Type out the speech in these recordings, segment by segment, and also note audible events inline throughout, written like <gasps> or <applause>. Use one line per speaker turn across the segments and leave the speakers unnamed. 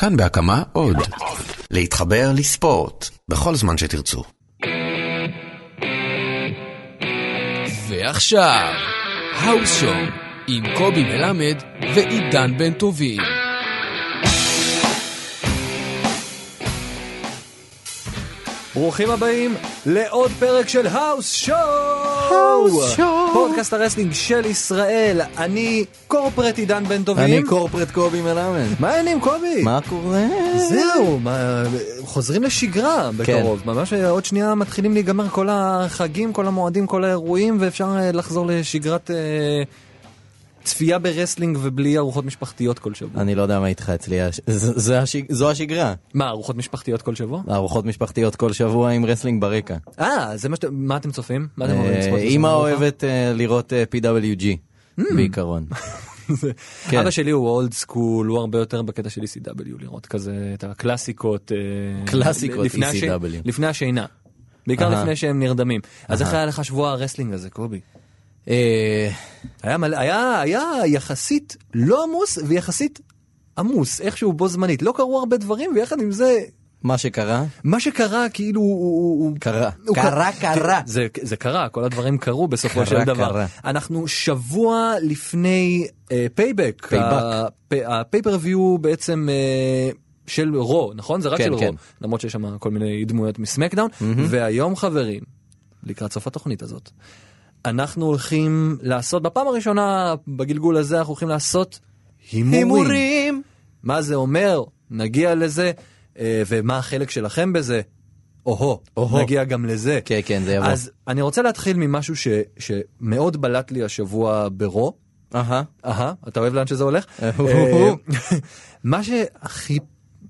כאן בהקמה עוד. להתחבר לספורט, בכל זמן שתרצו.
ועכשיו, האוס שואו עם קובי מלמד ועידן בן טובים.
ברוכים הבאים לעוד פרק של האוס שואו! האוס שואו! פודקאסט הרסלינג של ישראל, אני קורפרט עידן בן טובים.
אני קורפרט קובי מלמד.
מה העניינים קובי?
מה קורה?
זהו, מה, חוזרים לשגרה בקרוב,
כן.
ממש אה, עוד שנייה מתחילים להיגמר כל החגים, כל המועדים, כל האירועים, ואפשר אה, לחזור לשגרת אה, צפייה ברסלינג ובלי ארוחות משפחתיות כל שבוע.
אני לא יודע מה איתך אצלי, הש- ז- זה השיג- זו השגרה.
מה, ארוחות משפחתיות כל שבוע?
ארוחות משפחתיות כל שבוע עם רסלינג ברקע.
אה, זה מה שאתם, מה אתם צופים? מה אתם אוהבים לצפות?
אה,
בשבוע
אימא
הבא?
אוהבת אה, לראות אה, PWG
Mm.
בעיקרון. כן.
אבא שלי הוא אולד סקול, הוא הרבה יותר בקטע של ECW לראות כזה את הקלאסיקות. אה,
קלאסיקות
לפני הש-
ECW.
לפני השינה. בעיקר
אהה.
לפני שהם נרדמים. אז איך
אהה.
היה לך שבוע הרסלינג הזה, קובי?
אה,
היה מלא- היה היה יחסית לא עמוס ויחסית עמוס, איכשהו בו זמנית. לא קרו הרבה דברים, ויחד עם זה,
מה שקרה,
מה שקרה כאילו הוא- הוא... הוא-
קרה.
הוא
קרה, קרה.
זה, זה קרה, כל הדברים קרו בסופו
קרה,
של דבר.
קרה.
אנחנו שבוע לפני אה, פייבק.
פייבק.
הפייפריוויו בעצם אה, של רו, נכון? זה רק
כן,
של רו.
כן.
למרות שיש שם כל מיני דמויות מסמקדאון. והיום חברים, לקראת סוף התוכנית הזאת, אנחנו הולכים לעשות, בפעם הראשונה בגלגול הזה אנחנו הולכים לעשות הימורים.
הימורים.
מה זה אומר, נגיע לזה, אה, ומה החלק שלכם בזה. או-הו,
או-הו.
נגיע גם לזה.
כן, כן, זה יבוא.
אז אני רוצה להתחיל ממשהו ש, שמאוד בלט לי השבוע ברו.
אהה.
אהה, אתה אוהב לאן שזה הולך?
אה,
אה, מה שהכי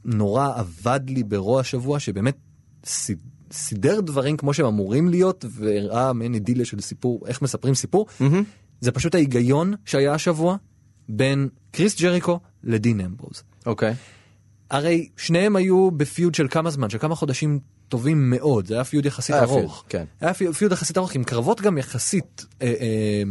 נורא עבד לי ברו השבוע, שבאמת סי- סידר דברים כמו שהם אמורים להיות, והראה מעין אידיליה של סיפור, איך מספרים סיפור, זה פשוט ההיגיון שהיה השבוע בין קריס ג'ריקו לדין אמברוז.
אוקיי.
כן, הרי שניהם היו בפיוד של כמה זמן, של כמה חודשים טובים מאוד, זה היה פיוד יחסית
היה פיוד,
ארוך.
כן.
היה פיוד, פיוד יחסית ארוך, עם קרבות גם יחסית אה, אה,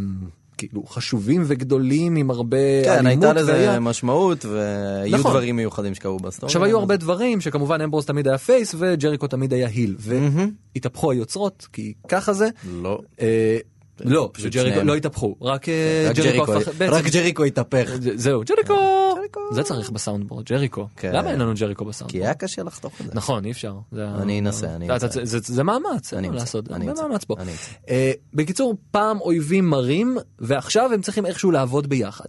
כאילו חשובים וגדולים, עם הרבה
כן,
אלימות.
הייתה לזה
והיה-
משמעות והיו
נכון.
דברים מיוחדים שקרו בסטורי.
עכשיו היו הרבה דברים שכמובן אמברוז תמיד היה פייס וג'ריקו תמיד היה היל והתהפכו היוצרות כי ככה זה.
לא.
אה, לא,
פשוט
ג'ריקו
שניהם.
לא התהפכו רק אה,
רק
ג'ריקו
ג'ריקו-
הפך בעצם-
רק ג'ריקו התהפך.
זה- זהו ג'ריקו זה צריך בסאונדבורד ג'ריקו
כן.
למה אין לנו ג'ריקו
כי
בסאונדבורד.
היה קשה לחתוך את זה.
נכון אי אפשר זה ה-
אני אנסה, אני
אתה-
אנסה.
אתה- זה- זה זה מאמץ אין
אני
מה
אמצא,
לעשות
אני
הרבה
אמצא,
מאמץ פה.
אני אמצא.
אה, בקיצור פעם אויבים מרים ועכשיו הם צריכים איכשהו לעבוד ביחד.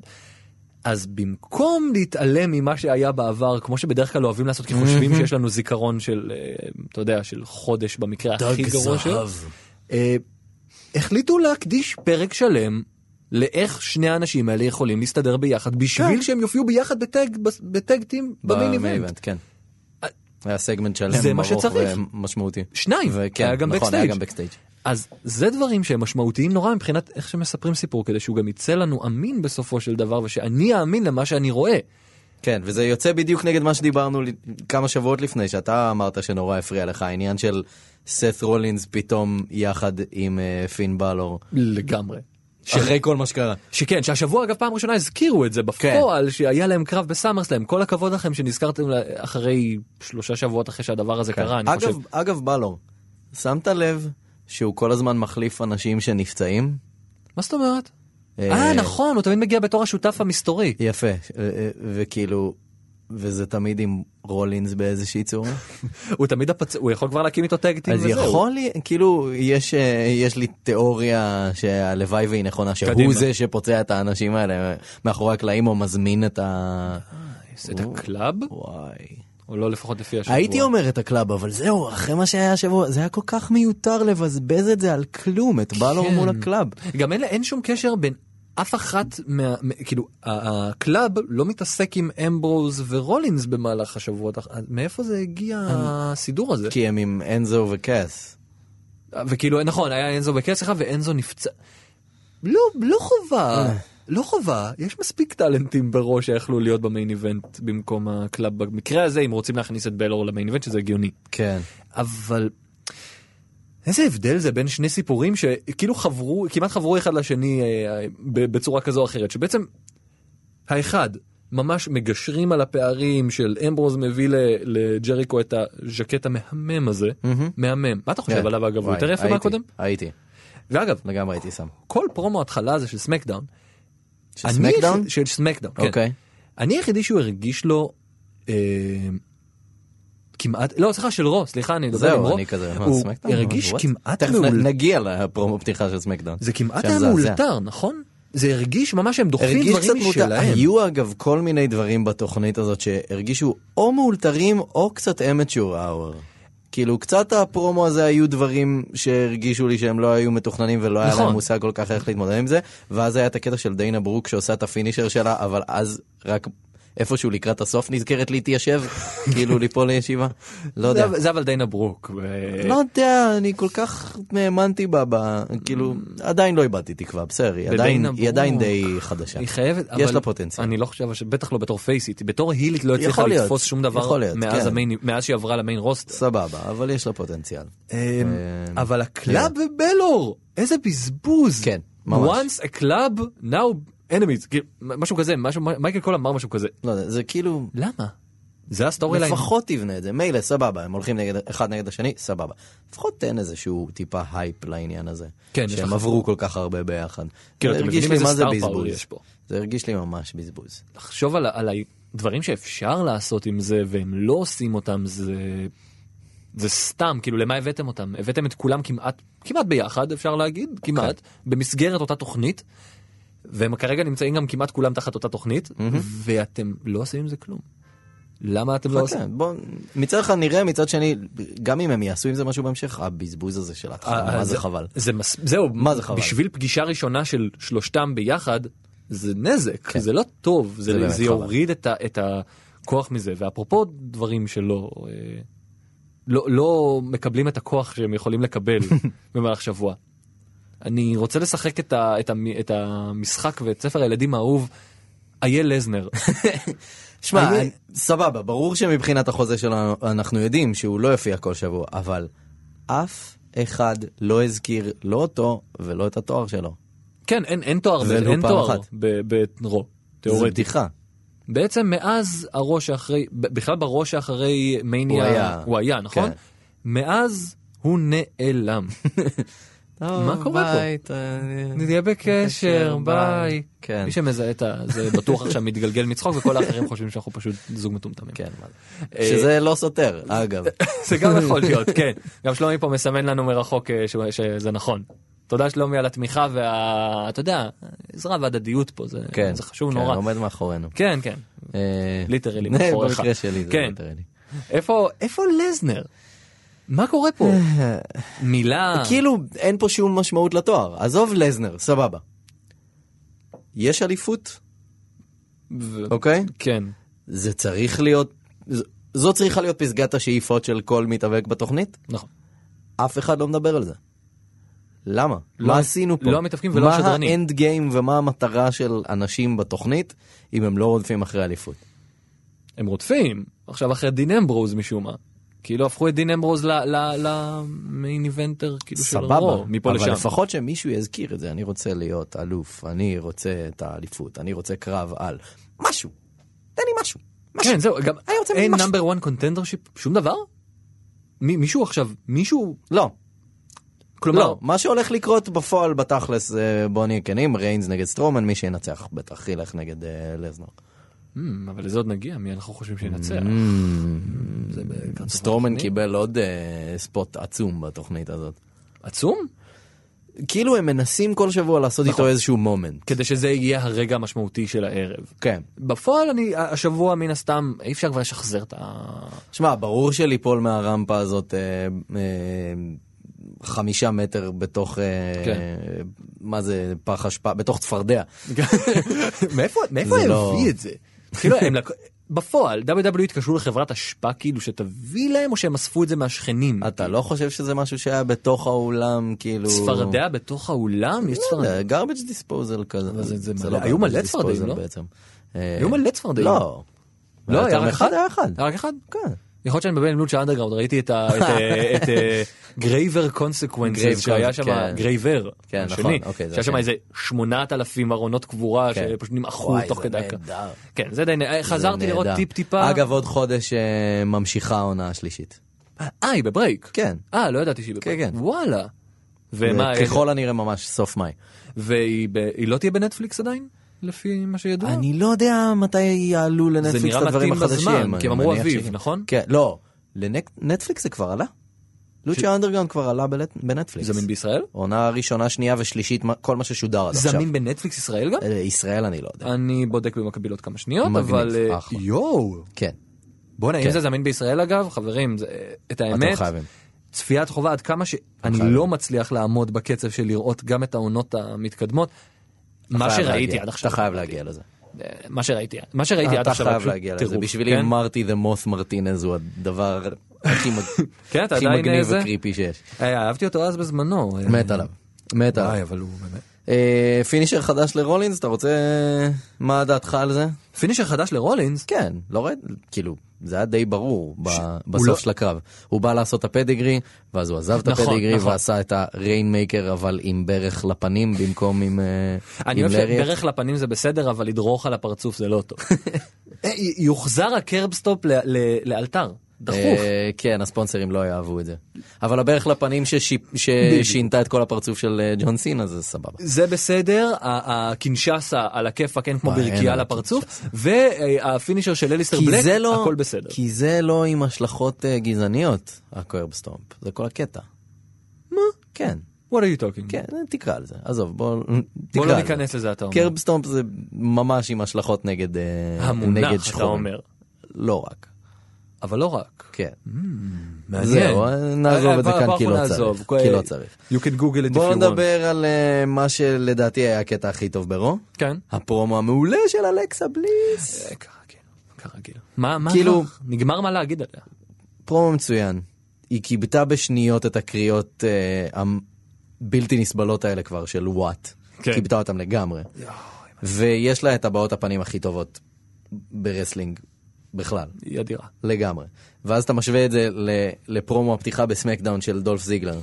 אז במקום להתעלם ממה שהיה בעבר כמו שבדרך כלל אוהבים לעשות כי חושבים שיש לנו זיכרון של אה, אתה יודע של חודש במקרה הכי גרוע שלו. אה, החליטו להקדיש פרק שלם. לאיך שני האנשים האלה יכולים להסתדר ביחד בשביל שהם יופיעו ביחד בטג בטג טים במיין איבנט.
כן. היה סגמנט שלם,
זה מה
ארוך
שצריך.
ומשמעותי.
שניים,
וכן,
היה גם
נכון, היה
backstage.
גם בקסטייג'.
אז זה דברים שהם משמעותיים נורא מבחינת איך שמספרים סיפור כדי שהוא גם יצא לנו אמין בסופו של דבר ושאני אאמין למה שאני רואה.
כן, וזה יוצא בדיוק נגד מה שדיברנו ל- כמה שבועות לפני, שאתה אמרת שנורא הפריע לך העניין של סת רולינס פתאום יחד עם אה, פין בלור. כן.
לגמרי.
אחרי כל מה שקרה.
שכן שהשבוע אגב פעם ראשונה הזכירו את זה בפועל
כן.
שהיה להם קרב בסאמרסלאם כל הכבוד לכם שנזכרתם לה- אחרי שלושה שבועות אחרי שהדבר הזה קרה אני חושב
כן. אגב, אגב בלור, שמת לב שהוא כל הזמן מחליף אנשים שנפצעים?
מה זאת אומרת. אה
אה,
נכון הוא תמיד מגיע בתור השותף המסתורי.
יפה, אה, אה, וכאילו, וזה תמיד עם רולינס באיזושהי צורה.
הוא תמיד הפצ... הוא יכול כבר להקים איתו טאג טים
אז
וזהו.
יכול לי, כאילו, יש, אה, יש לי תיאוריה שהלוואי והיא נכונה, שהוא
קדימה.
זה שפוצע את האנשים האלה מאחורי הקלעים או מזמין את ה...
זה אה, את הקלאב
וואי.
או לא לפחות לפי השבוע.
הייתי אומר את הקלאב, אבל זהו, אחרי מה שהיה השבוע, זה היה כל כך מיותר לבזבז את זה על כלום, את בלור
כן.
מול הקלאב.
גם אין, אין שום קשר בין אף אחת מה... מ- כאילו, ה- הקלאב לא מתעסק עם אמברוז ורולינס במהלך השבועות. האח- אז מאיפה זה הגיע הסידור הזה?
כי הם עם אנזו וקאס.
וכאילו, נכון, היה אנזו בכס אחד ואנזו נפצע. לא, לא חובה. לא חובה, יש מספיק טאלנטים בראש שיכלו להיות במיין איבנט במקום הקלאב במקרה הזה אם רוצים להכניס את בלור למיין איבנט שזה הגיוני.
כן.
אבל איזה הבדל זה בין שני סיפורים שכאילו חברו כמעט חברו אחד לשני אה, אה, ב- בצורה כזו או אחרת שבעצם האחד ממש מגשרים על הפערים של אמברוז מביא ל- לג'ריקו את הז'קט המהמם הזה, מהמם. מה אתה חושב עליו אגב? הוא
כן. וואי,
יותר יפה
הייתי,
מהקודם?
הייתי,
ואגב,
לגמרי הייתי שם.
כל פרומו ההתחלה הזה של סמקדאון,
של
אני-
סמקדאון?
של סמקדאון, כן.
אוקיי.
אני היחידי שהוא הרגיש לו אה, כמעט, לא סליחה של רו, סליחה אני מדבר עם
זהו,
רו,
אני כזה, מה,
הוא
סמקדאון?
הרגיש
What?
כמעט
תכף נ-
מאולתר,
נגיע לפרומו פתיחה של סמקדאון.
זה כמעט
שם
היה
זעזע.
מאולתר, נכון? זה הרגיש ממש שהם דוחפים
הרגיש קצת
דברים
מותר.
משלהם.
היו אגב כל מיני דברים בתוכנית הזאת שהרגישו או מאולתרים או קצת אמצ'ור האוור. כאילו קצת הפרומו הזה היו דברים שהרגישו לי שהם לא היו מתוכננים ולא היה
נכון.
להם מושג כל כך איך להתמודד עם זה. ואז היה את הקטע של דיינה ברוק שעושה את הפינישר שלה אבל אז רק איפשהו לקראת הסוף
<laughs>
נזכרת להתיישב כאילו ליפול לישיבה. לא יודע.
זה- זה אבל דיינה ברוק. ו-
לא יודע, אני כל כך האמנתי בה, ב- כאילו,
אה,
עדיין לא איבדתי תקווה, בסדר, היא
בדינה
עדיין-
ברוק.
היא עדיין די חדשה.
היא חייבת,
כן. יש
אבל
לה פוטנציאל.
אני לא חושב, בטח לא בתור פייסית, בתור הילית לא הצליחה
יכול להיות,
לתפוס שום דבר
יכול להיות,
מאז
כן.
המיין- מאז שהיא עברה למיין רוסט.
סבבה, אבל יש לה פוטנציאל. אמ,
אבל הקלאב בבלור, איזה בזבוז.
כן, ממש.
once a club, now enemies, כאילו, משהו כזה, משהו- מייקל קול אמר משהו כזה.
לא יודע, זה כאילו,
למה? זה הסטורי ליין.
לפחות תבנה את זה. מילא, סבבה, הם הולכים נגד- אחד נגד השני, סבבה. לפחות תן איזשהו טיפה הייפ לעניין הזה.
כן, יש לך-
שהם עברו כל כך הרבה ביחד.
כן,
זה
אתם
הרגיש
מבינים
לי
איזה
מה זה
star power
בזבוז.
יש פה.
זה הרגיש לי ממש בזבוז.
לחשוב על ה- על הדברים שאפשר לעשות עם זה והם לא עושים אותם זה זה סתם כאילו למה הבאתם אותם הבאתם את כולם כמעט כמעט ביחד אפשר להגיד כמעט במסגרת אותה תוכנית. והם כרגע נמצאים גם כמעט כולם תחת אותה תוכנית ואתם לא עושים עם זה כלום. למה אתם לא עושים?
חכה, כן, בוא, מצד אחד נראה, מצד שני, גם אם הם יעשו עם זה משהו בהמשך, הבזבוז הזה של ההתחלה,
אה,
מה זה חבל.
זה מס... זהו,
מה זה חבל?
בשביל פגישה ראשונה של שלושתם ביחד, זה נזק, כן. זה לא טוב, זה,
זה
זה,
באמת
זה
חבל.
יוריד את, ה... את הכוח מזה. ואפרופו דברים שלא אה, לא, לא מקבלים את הכוח שהם יכולים
<laughs>
לקבל במהלך שבוע. אני רוצה לשחק את, ה... את, המ... את המשחק ואת ספר הילדים האהוב, אייל
<laughs>
לזנר.
שמע,
אני-
אני- סבבה, ברור שמבחינת החוזה שלנו אנחנו יודעים שהוא לא יופיע כל שבוע, אבל אף אחד לא הזכיר לא אותו ולא את התואר שלו.
כן, אין, אין תואר, ב-
ולו
אין
פעם
תואר
אחת.
ב- ברו,
זו
תיאורטית.
בדיחה.
בעצם מאז הראש שאחרי, ב- בכלל בראש שאחרי מניה,
הוא היה.
הוא היה נכון?
כן.
מאז הוא נעלם.
<laughs>
מה קורה פה?
אה,
נהיה בקשר, ביי.
כן.
מי שמזהה את ה... זה בטוח עכשיו מתגלגל מצחוק וכל האחרים חושבים שאנחנו פשוט זוג מטומטמים.
כן, מה
אה,
זה. שזה לא סותר,
<laughs>
אגב.
זה גם
<laughs>
יכול להיות, כן. גם שלומי פה מסמן לנו מרחוק אה, שהוא- שזה נכון. תודה שלומי על התמיכה וה... אתה יודע, עזרה והדדיות פה, זה-
כן.
זה חשוב
כן,
נורא.
עומד מאחורינו.
כן, כן.
אה,
ליטרלי,
<laughs> אה,
מאחוריך.
במקרה שלי זה
כן.
ליטרלי.
איפה איפה לזנר? מה קורה פה?
אה,
מילה.
כאילו אין פה שום משמעות לתואר. עזוב לזנר, סבבה. יש אליפות,
ו-
אוקיי?
כן.
זה צריך להיות, ז- זו צריכה להיות פסגת השאיפות של כל מתאבק בתוכנית.
נכון.
אף אחד לא מדבר על זה. למה?
לא-
מה עשינו פה?
לא המתאבקים ולא השדרנים.
מה האנד גיים ומה המטרה של אנשים בתוכנית אם הם לא רודפים אחרי אליפות?
הם רודפים עכשיו אחרי דין אמברוז משום מה. כאילו הפכו את דין אמברוז ל- ל- למיין איבנטר כאילו של
סבבה,
רו, מפה
אבל
לשם.
לפחות שמישהו יזכיר את זה, אני רוצה להיות אלוף, אני רוצה את האליפות, אני רוצה קרב על משהו, תן לי משהו. משהו.
כן זהו, גם
אני רוצה
אין
משהו.
נאמבר 1 קונטנדר שום דבר? מ- מישהו עכשיו, מישהו,
לא,
כלומר,
לא, מה שהולך לקרות בפועל בתכלס, אה, בוא נהיה כנים, ריינס נגד סטרומן, מי שינצח בטח ילך נגד אה, לזנר.
Hmm, אבל לזה עוד נגיע, מי אנחנו חושבים שינצח?
Hmm.
זה בקרצוף
Mm. סטרומן
התוכנית.
קיבל עוד אה, ספוט עצום בתוכנית הזאת.
עצום?
כאילו הם מנסים כל שבוע לעשות איתו איזשהו מומנט.
כדי שזה יהיה הרגע המשמעותי של הערב.
כן.
בפועל אני, השבוע מן הסתם, אי אפשר כבר לשחזר את ה...
<laughs>
<laughs>
שמע, ברור שליפול מהרמפה הזאת אה, אה, חמישה מטר בתוך, אה,
כן.
מה זה, פח אשפה, בתוך צפרדע.
מאיפה מאיפה
זה
הם
לא-
הביא את זה? כאילו הם לק- בפועל WWE התקשרו לחברת אשפה כאילו שתביא להם או שהם אספו את זה מהשכנים.
אתה לא חושב שזה משהו שהיה בתוך האולם, כאילו...
צפרדע בתוך האולם?
לא
יש צפרדע?
אה, garbage disposal כזה.
אבל זה- זה
זה
מלא-
לא
היו
garbage
מלא צפרדעים,
disposal
לא?
בעצם. אה,
היו מלא צפרדעים.
לא.
לא, היה
יותר
רק
מאחד?
אחד?
היה אחד. אה,
היה רק אחד?
כן.
יכול להיות שאני מבלבל עם לוצ'ה אנדרגראונד, ראיתי את
<laughs>
ה- את, אה, את גרייבר
Grave
קונסקוונסס
Con-
שהיה שם,
כן.
גרייבר,
כן, נכון, אוקיי, זה
שהיה שם
השני.
איזה 8,000 ארונות קבורה
כן.
שפשוט נמחו
וואי,
תוך
זה
כדי הקו.
נהדר.
כן, זה די נהדר, חזרתי
זה
לראות
נהדר.
טיפ טיפה,
אגב, עוד חודש אה, ממשיכה העונה השלישית.
אה היא בברייק,
כן.
אה לא ידעתי שהיא בברייק,
כן, כן.
וואלה, ומה,
ככל הנראה ממש סוף מאי.
והיא ב- היא לא תהיה בנטפליקס עדיין? לפי מה שידוע?
אני לא יודע מתי יעלו
זה
לנטפליקס
נראה
את הדברים
מתאים
החדשים.
בזמן, כי הם
אני
אמרו
מניח
אביב,
שכן.
נכון?
כן, לא. לנטפליקס זה כבר עלה? לוצ'ה אנדרגרונד כבר עלה בלט- בנטפליקס.
זמין בישראל?
עונה ראשונה, שנייה ושלישית, מה- כל מה ששודר עד עכשיו.
זמין בנטפליקס ישראל גם?
אה, ישראל אני לא יודע.
אני בודק במקביל עוד כמה שניות,
מגניב,
אבל... אה,
אחלה.
יואו!
כן.
בואנה,
כן.
אם זה זמין בישראל אגב, חברים, זה- את
אתם
האמת,
חייבים.
צפיית חובה עד כמה שאני
חייבים.
לא מצליח לעמוד בקצב של לראות גם את העונות המתקדמות. מה
אתה חייב
שראיתי
להגיע.
עד עכשיו,
אתה חייב להגיע לזה.
אה, מה שראיתי, מה שראיתי עד
אתה
עכשיו,
חייב
פשוט
להגיע לזה.
טירוף,
בשבילי
כן?
מרטי דה מות מרטינז הוא הדבר הכי מג-
<laughs> כן, אתה
הכי
עדיין
מגניב
זה?
וקריפי שיש.
אה, אהבתי אותו אז בזמנו. אה,
מת עליו. מת עליו.
וואי, אבל הוא באמת.
אה, פינישר חדש לרולינס, אתה רוצה... מה דעתך על זה?
פינישר חדש לרולינס?
כן, לא ראית, כאילו, זה היה די ברור ב- בסוף
לא-
של הקרב. הוא בא לעשות את הפדיגרי, ואז הוא עזב את
נכון,
הפדיגרי
נכון.
ועשה את הריינמייקר, אבל עם ברך לפנים במקום עם אה,
אני
עם
אוהב
לריאט.
שברך לפנים זה בסדר, אבל לדרוך על הפרצוף זה לא
<laughs>
טוב. אה, י- יוחזר הקרבסטופ ל- ל- לאלתר, דחוף.
אה, כן, הספונסרים לא יאהבו את זה. אבל הברך לפנים ששיפ- ששינתה את כל הפרצוף של אה, ג'ון סינה זה סבבה.
זה בסדר, ה- הקינשאסה על הכיפאק אין כמו
וואי, אה, אין
ברכייה
על
על הפרצוף, והפינישר של אליסטר
כי
בלק,
זה לא,
הכל בסדר.
כי זה לא עם השלכות אה, גזעניות, הקוורבסטומפ, זה כל הקטע. מה? כן.
What are you talking?
כן, תקרא על זה, עזוב, בוא, תקרא
בוא לא
על זה.
ניכנס לזה, אתה אומר.
קרבסטומפ זה ממש עם השלכות נגד אה, נגד
המונח, אתה
שחורים.
אומר.
לא רק.
אבל לא רק.
כן.
מעניין.
זהו, נעזוב
אה,
את זה
אה,
כאן
בוא,
כי לא
אנחנו
צריך.
נעזוב. אה,
כי לא צריך.
You can google it if you want.
בואו נדבר על אה, מה שלדעתי היה הקטע הכי טוב ברו.
כן.
הפרומו המעולה של אלכסה בליס.
אה, כרגיל, כרגיל. מה, מה,
כאילו-
כבר? נגמר מה להגיד עליה.
פרומו מצוין. היא כיבתה בשניות את הקריאות אה, הבלתי נסבלות האלה כבר של וואט.
כן.
כיבתה אותם לגמרי. ויש לה את הבעות הפנים הכי טובות ברסלינג בכלל.
היא אדירה.
לגמרי. ואז אתה משווה את זה ל- לפרומו הפתיחה בסמקדאון של דולף זיגלר.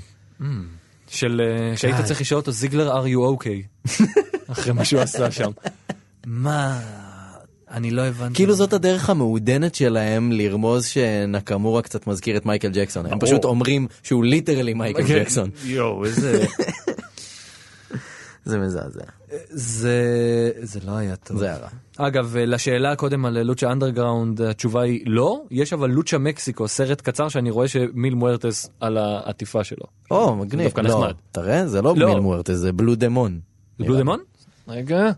של אה, שהיית צריך לשאול אותו זיגלר are you okay <laughs> אחרי מה שהוא עשה שם. מה אני לא הבנתי.
כאילו זאת הדרך המעודנת שלהם לרמוז שנקמורה קצת מזכיר את מייקל ג'קסון. הם
ברור.
פשוט אומרים שהוא ליטרלי מייקל
כן.
ג'קסון.
יואו איזה
זה מזעזע.
אה, זה זה לא היה טוב.
זה היה רע.
אגב אה, לשאלה קודם על אה, לוצ'ה אנדרגראונד התשובה היא לא יש אבל לוצ'ה מקסיקו סרט קצר שאני רואה שמיל מוארטס על העטיפה שלו.
או, מגניב.
כן. דווקא
לא,
נחמד.
תראה, זה לא
לא.
מיל מוארטה, זה בלו דמון.
זה
נראה
בלו
לי.
דמון? רגע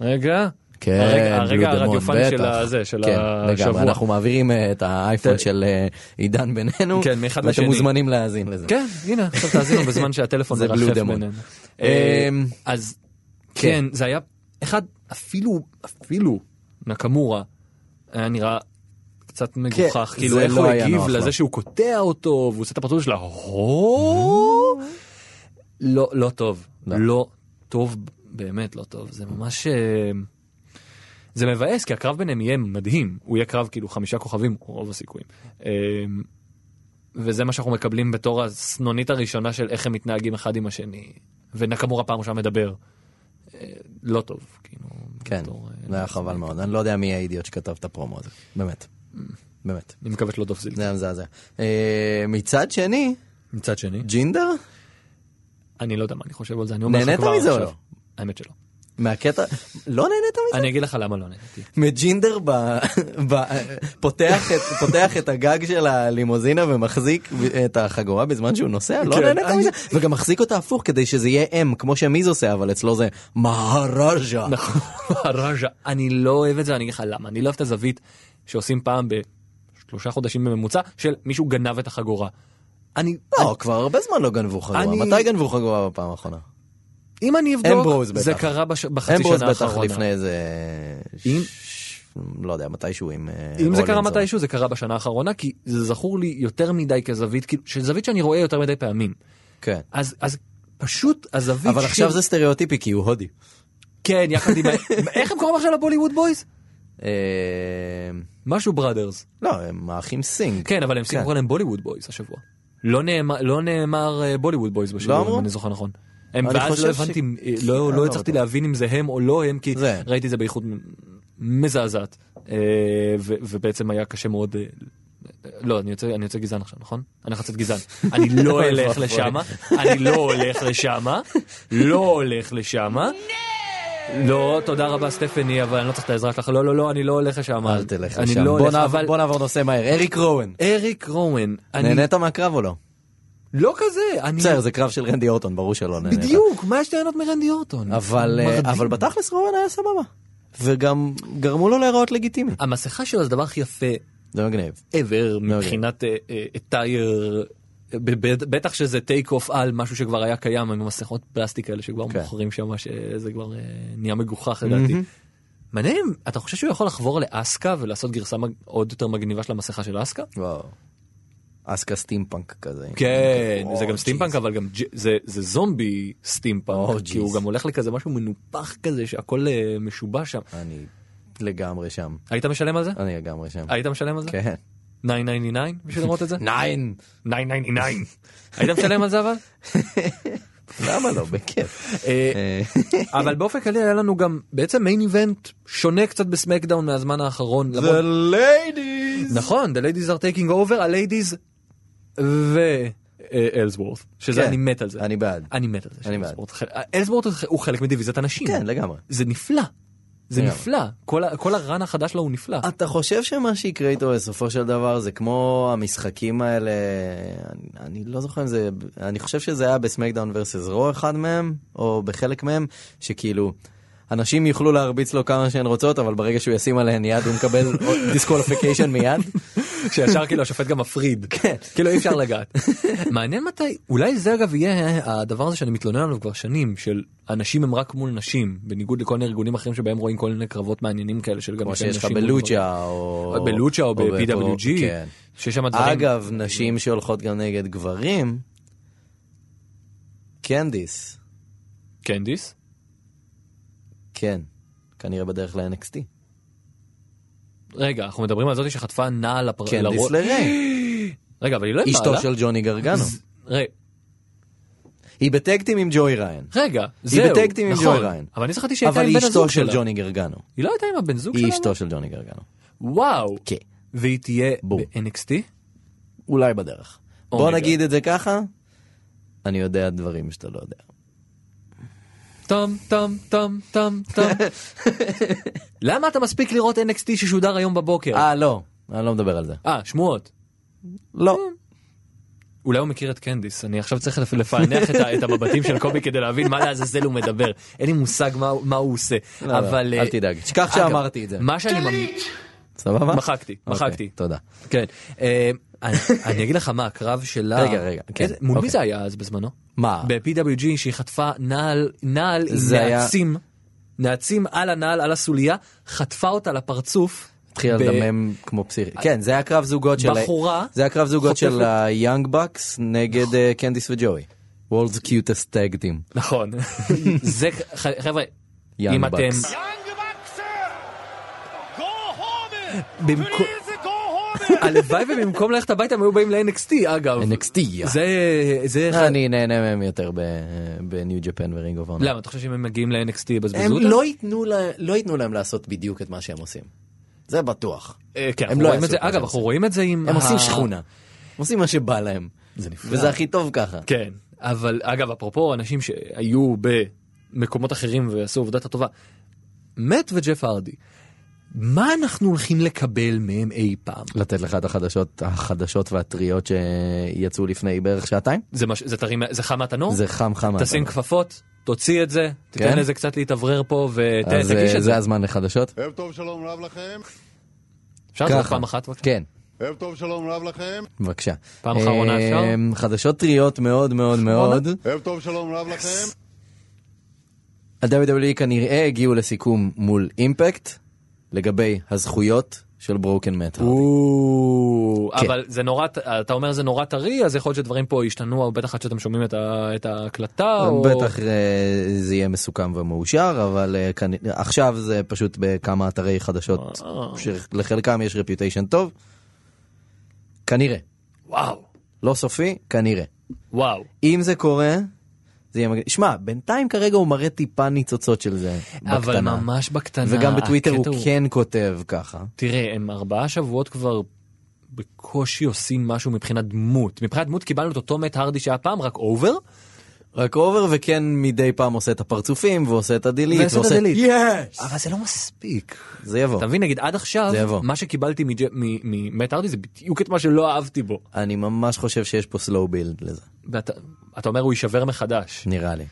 רגע.
כן,
הרגע-
בלו
הרגע
דמון,
הרדיופני של
בטח.
הזה של
כן, לגמרי,
השבוע.
אנחנו מעבירים אה, את האייפון
ת-
של אה, עידן בינינו.
כן, מאחד
ואתם
לשני.
מוזמנים להאזין לזה.
כן הנה עכשיו תאזינו בזמן שהטלפון
זה בלו
מרחף
דמון.
בינינו.
אה,
אז
כן.
כן, זה היה אחד, אפילו, אפילו נקמורה היה נראה קצת מגוחך,
כן, זה
כאילו איך
לא
הוא
היה
הגיב
נוח לו.
לזה שהוא קוטע אותו, והוא עושה את הפרצוף שלה, "הו?" לא, לא טוב,
לא.
לא טוב, באמת לא טוב, זה ממש... אה, זה מבאס כי הקרב ביניהם יהיה מדהים, הוא יהיה קרב כאילו חמישה כוכבים רוב הסיכויים. אה, וזה מה שאנחנו מקבלים בתור הסנונית הראשונה של איך הם מתנהגים אחד עם השני. ונקמורה פעם ראשונה מדבר. אה, לא טוב, כאילו.
כן,
בתור, אה,
זה היה חבל מאוד. אני לא יודע מי האידיוט שכתב את הפרומו הזה. באמת. באמת.
אני מקווה שלא דוב זילק.
זה היה מזעזע. אה, מצד שני,
מצד שני,
ג'ינדר?
אני לא יודע מה אני חושב על זה, אני אומר לך כבר
נהנית
עכשיו.
מזה או לא?
האמת שלא.
מהקטע, לא נהנית מזה?
אני אגיד לך למה לא נהניתי.
מג'ינדר ב... ב... פותח, את, פותח את הגג של הלימוזינה ומחזיק את החגורה בזמן שהוא נוסע? לא
כן.
נהנית מזה? וגם מחזיק אותה הפוך כדי שזה יהיה אם, כמו שמיז עושה, אבל אצלו זה מהראז'ה.
נכון, <laughs> הראז'ה. אני לא אוהב את זה, אני אגיד לך למה. אני לא אוהב את הזווית שעושים פעם בשלושה חודשים בממוצע של מישהו גנב את החגורה. אני,
לא, כבר הרבה זמן לא גנבו חגורה.
אני-
מתי גנבו חגורה בפעם האחרונה?
אם אני אבדוק,
אמברוז
זה
בטח.
קרה בש- בחצי
אמברוז
שנה
בטח
האחרונה.
לפני איזה...
אם-
ש- לא יודע, מתישהו עם... אה,
אם זה קרה
רולינס או-
מתישהו זה קרה בשנה האחרונה כי זה זכור לי יותר מדי כזווית כאילו שזווית שאני רואה יותר מדי פעמים
כן.
אז אז פשוט הזווית
אבל
של-
עכשיו זה סטריאוטיפי כי הוא הודי. <laughs>
כן יחד עם ה- איך הם קוראים עכשיו לבוליווד בויז
אה,
משהו בראדרס.
לא, הם האחים סינג.
כן, אבל הם הפסיקו לקרוא להם בוליווד בויז השבוע. לא נאמר- לא נאמר אה, בוליווד בויז
לא
בשבוע,
אמרו?
אם אני זוכר נכון. הם
אני
ואז
חושב
לא
ש-
הבנתי, אה, לא
לא
לא הצלחתי
בטוח.
להבין אם זה הם או לא הם, כי
זה.
ראיתי את זה באיכות מ- מזעזעת. אה, ו- ובעצם היה קשה מאוד... אה, לא, אני יוצא, אני יוצא גזען עכשיו, נכון? אני הולך לצאת גזען. אני
<laughs>
לא
נכון.
אלך לשם, אני לא הולך לשם, לא הולך לשם. לא, תודה רבה סטפני, אבל אני לא צריך את העזרה שלך. לא, לא, לא, אני לא הולך לשם.
אל תלך
אני
לשם.
לא
בוא
הולך,
נעבור-
אבל-
בוא נעבור נושא מהר. אריק רואן.
אריק רואן, אני
נהנית מהקרב או לא?
לא כזה, אני...
בסדר, זה קרב של רנדי אורטון, ברור שלא נהנית.
בדיוק, מה יש ליהנות מרנדי אורטון?
אבל אה,
מרדים.
אבל בתכלס רואן היה סבבה. וגם גרמו לו להיראות לגיטימי.
המסכה שלו זה הדבר הכי יפה
זה מגניב.
ever מבחינת אה, אה, attire, אה, בבד- בטח שזה טייק אוף על משהו שכבר היה קיים, עם מסכות פלסטיק האלה שכבר
כן.
מוכרים שם, שזה כבר אה, נהיה מגוחך לדעתי. מעניין אם אתה חושב שהוא יכול לחבור לאסקה ולעשות גרסה מג- עוד יותר מגניבה של המסכה של אסקה?
וואו. אסקה סטימפאנק כזה. Oh,
כן,
וואו,
זה גם סטימפאנק
ג'יז.
אבל גם ג'- זה זה זומבי
או,
סטימפאנק, כי הוא
ג'יז.
גם הולך לכזה משהו מנופח כזה שהכל אה, משובש שם.
אני לגמרי שם.
היית משלם על זה?
אני לגמרי שם.
היית משלם על זה?
כן.
999 בשביל לראות את זה?
ניין.
999. היית משלם על זה
<laughs>
אבל?
למה לא? בכיף.
אה,
אה,
אבל באופן כללי היה לנו גם בעצם מיין איבנט שונה קצת בסמקדאון מהזמן האחרון. למרות-
לא- ladies.
נכון, The Ladies are taking over, ה-Ladies ואלסוורת', שזה
כן,
אני מת על זה.
אני בעד.
אני מת על זה.
אני בעד.
אלסוורת' הוא חלק מדיוויזיית הנשים.
כן, לגמרי.
זה נפלא. זה
לגמרי.
נפלא. כל ה- כל הרן החדש שלו הוא
<laughs>
נפלא.
אתה חושב שמה שיקרה איתו בסופו של דבר זה כמו המשחקים האלה, אני, אני לא זוכר אם זה, אני חושב שזה היה בסמקדאון ורסס רו אחד מהם, או בחלק מהם, שכאילו, אנשים יוכלו להרביץ לו כמה שהן רוצות, אבל ברגע שהוא ישים עליהן יד הוא מקבל <laughs> דיסקוליפיקיישן
<laughs>
מיד.
שישר כאילו השופט גם מפריד. כן. כאילו אי אפשר לגעת. <laughs> מעניין מתי, אולי זה אגב יהיה הדבר הזה שאני מתלונן עליו כבר שנים, של אנשים הם רק מול נשים, בניגוד לכל מיני ארגונים אחרים שבהם רואים כל מיני קרבות מעניינים כאלה של גם
כמו
לפעמים
שיש לך
כן, נשים מול גברים.
בלוצ'ה או...
בלוצ'ה או
בפרו-
ב-PWG,
כן.
שיש שם דברים.
אגב, נשים שהולכות גם נגד גברים, קנדיס,
קנדיס?
כן, כנראה בדרך ל-NXT.
רגע, אנחנו מדברים על זאתי שחטפה נעל לפר...
קנדיס
לרוא-
לריי,
רגע, אבל היא לא
אשתו
בעלה.
של ג'וני גרגנו.
ז- ר-
היא בטקטים עם ג'וי ריין.
רגע, זהו.
בטקטים עם
נכון.
ג'וי ריין.
אבל אני זכרתי שהיא הייתה
אבל
עם
היא
כן, בן הזוג
אשתו של
שלה.
ג'וני גרגנו.
היא לא הייתה עם הבן זוג שלה?
היא אשתו של ג'וני גרגנו.
וואו.
כן.
והיא תהיה
בום.
ב-NXT?
אולי בדרך. בוא
אומייגאד.
נגיד את זה ככה, אני יודע דברים שאתה לא יודע.
טם טם טם טם
<laughs>
טם. למה אתה מספיק לראות NXT ששודר היום בבוקר?
אה, לא, אני לא מדבר על זה.
אה, שמועות.
לא.
אולי הוא מכיר את קנדיס, אני עכשיו צריך לפ- לפענח את ה- את המבטים של קובי כדי להבין מה לעזאזל הוא מדבר. אין לי מושג מה- מה הוא עושה.
לא, לא,
אבל...
אל
אה,
תדאג, תשכח
אגב,
שאמרתי את זה.
מה שאני... ממ-
סבבה?
מחקתי, מחקתי.
אוקיי, תודה.
כן. אה, אני- אני אגיד לך מה הקרב שלה...
רגע, רגע, כן,
איזה- מול מי
אוקיי.
זה היה אז בזמנו?
מה?
ב-PWG שהיא חטפה נעל, נעל עם
אה. זה היה-
נעצים, נעצים על הנעל, על הסוליה, חטפה אותה לפרצוף.
התחילה
ב-
לדמם כמו פסיכי. כן, זה היה קרב זוגות של... ה-
בחורה
זה היה קרב זוגות של
חוטפת-
היאנג בקס נגד אה, קנדיס וג'וי. World's cutest tag team.
נכון. <laughs> זה, ח- חבר'ה,
Young
אם אתם...
Bucks.
ヤングバックスゴーホームプリ
במקום-
ーズゴーホーム
הלוואי ובמקום ללכת הביתה הם היו באים ל-NXT אגב.
NXT, יא.
זה... זה...
אה, אני נהנה מהם יותר ב- בניו ג'פן ורינג אוף אונר.
למה, אתה חושב שאם הם מגיעים ל-NXT יבזבזו
הם
אותם?
לא ייתנו, לה, לא ייתנו להם לעשות בדיוק את מה שהם עושים. זה בטוח.
אה, כן,
הם
אנחנו
לא
רואים
יעשו
את זה,
את מה
אגב,
שהם
אנחנו
עושים.
רואים את זה עם...
הם
ה-
עושים שכונה. הם עושים מה שבא להם.
אה. זה נפלא.
וזה הכי טוב ככה.
כן, אבל אגב, אפרופו אנשים שהיו במקומות אחרים ועשו עבודת הטובה, מת וג'ף הרדי, מה אנחנו הולכים לקבל מהם אי פעם?
לתת לך את החדשות, החדשות והטריות שיצאו לפני בערך שעתיים?
זה, מש... זה, תרים... זה חם מהתנור?
זה חם חם.
תשים
אתה-
כפפות, תוציא את זה, תיתן
כן?
לזה קצת להתאוורר פה
אז
ותגיש
אה,
את זה.
זה הזמן לחדשות?
ערב טוב שלום רב לכם,
אפשר לעשות
ככה.
פעם אחת בבקשה?
כן.
ערב טוב שלום רב לכם,
בבקשה.
פעם אחרונה
אה,
אפשר?
חדשות טריות מאוד מאוד מאוד.
ערב טוב שלום רב לכם.
ה-WWE E כנראה הגיעו לסיכום מול אימפקט לגבי הזכויות של ברוקן מטר.
או,
כן.
אוקיי. אבל זה נורא, אתה אומר זה נורא טרי, אז יכול להיות שדברים פה השתנו, או בטח עד שאתם שומעים את ה- את ההקלטה, או...
בטח אה, זה יהיה מסוכם ומאושר, אבל אה, כנ- עכשיו זה פשוט בכמה אתרי חדשות,
וואו.
שלחלקם יש רפיוטיישן טוב. כנראה.
וואו,
לא סופי, כנראה.
וואו.
אם זה קורה, זה יהיה מגניב. שמע, בינתיים כרגע הוא מראה טיפה ניצוצות של זה.
אבל
בקטנה.
ממש בקטנה.
וגם בטוויטר הוא
הקטע
כן כותב ככה.
תראה, הם ארבעה שבועות כבר בקושי עושים משהו מבחינת דמות. מבחינת דמות קיבלנו את אותו מת הרדי שהיה פעם, רק אובר.
רק אובר וכן מדי פעם עושה את הפרצופים ועושה את הדילית.
ועושה את
ועושה-
הדילית.
יס!
אבל זה לא מספיק.
זה יבוא.
אתה מבין, נגיד עד עכשיו,
זה יבוא.
מה שקיבלתי מג'- מ- ממת הרדי זה בדיוק את מה שלא אהבתי בו.
אני ממש חושב שיש פה סלואו בילד לזה,
ואתה אתה אומר הוא יישבר מחדש.
נראה לי.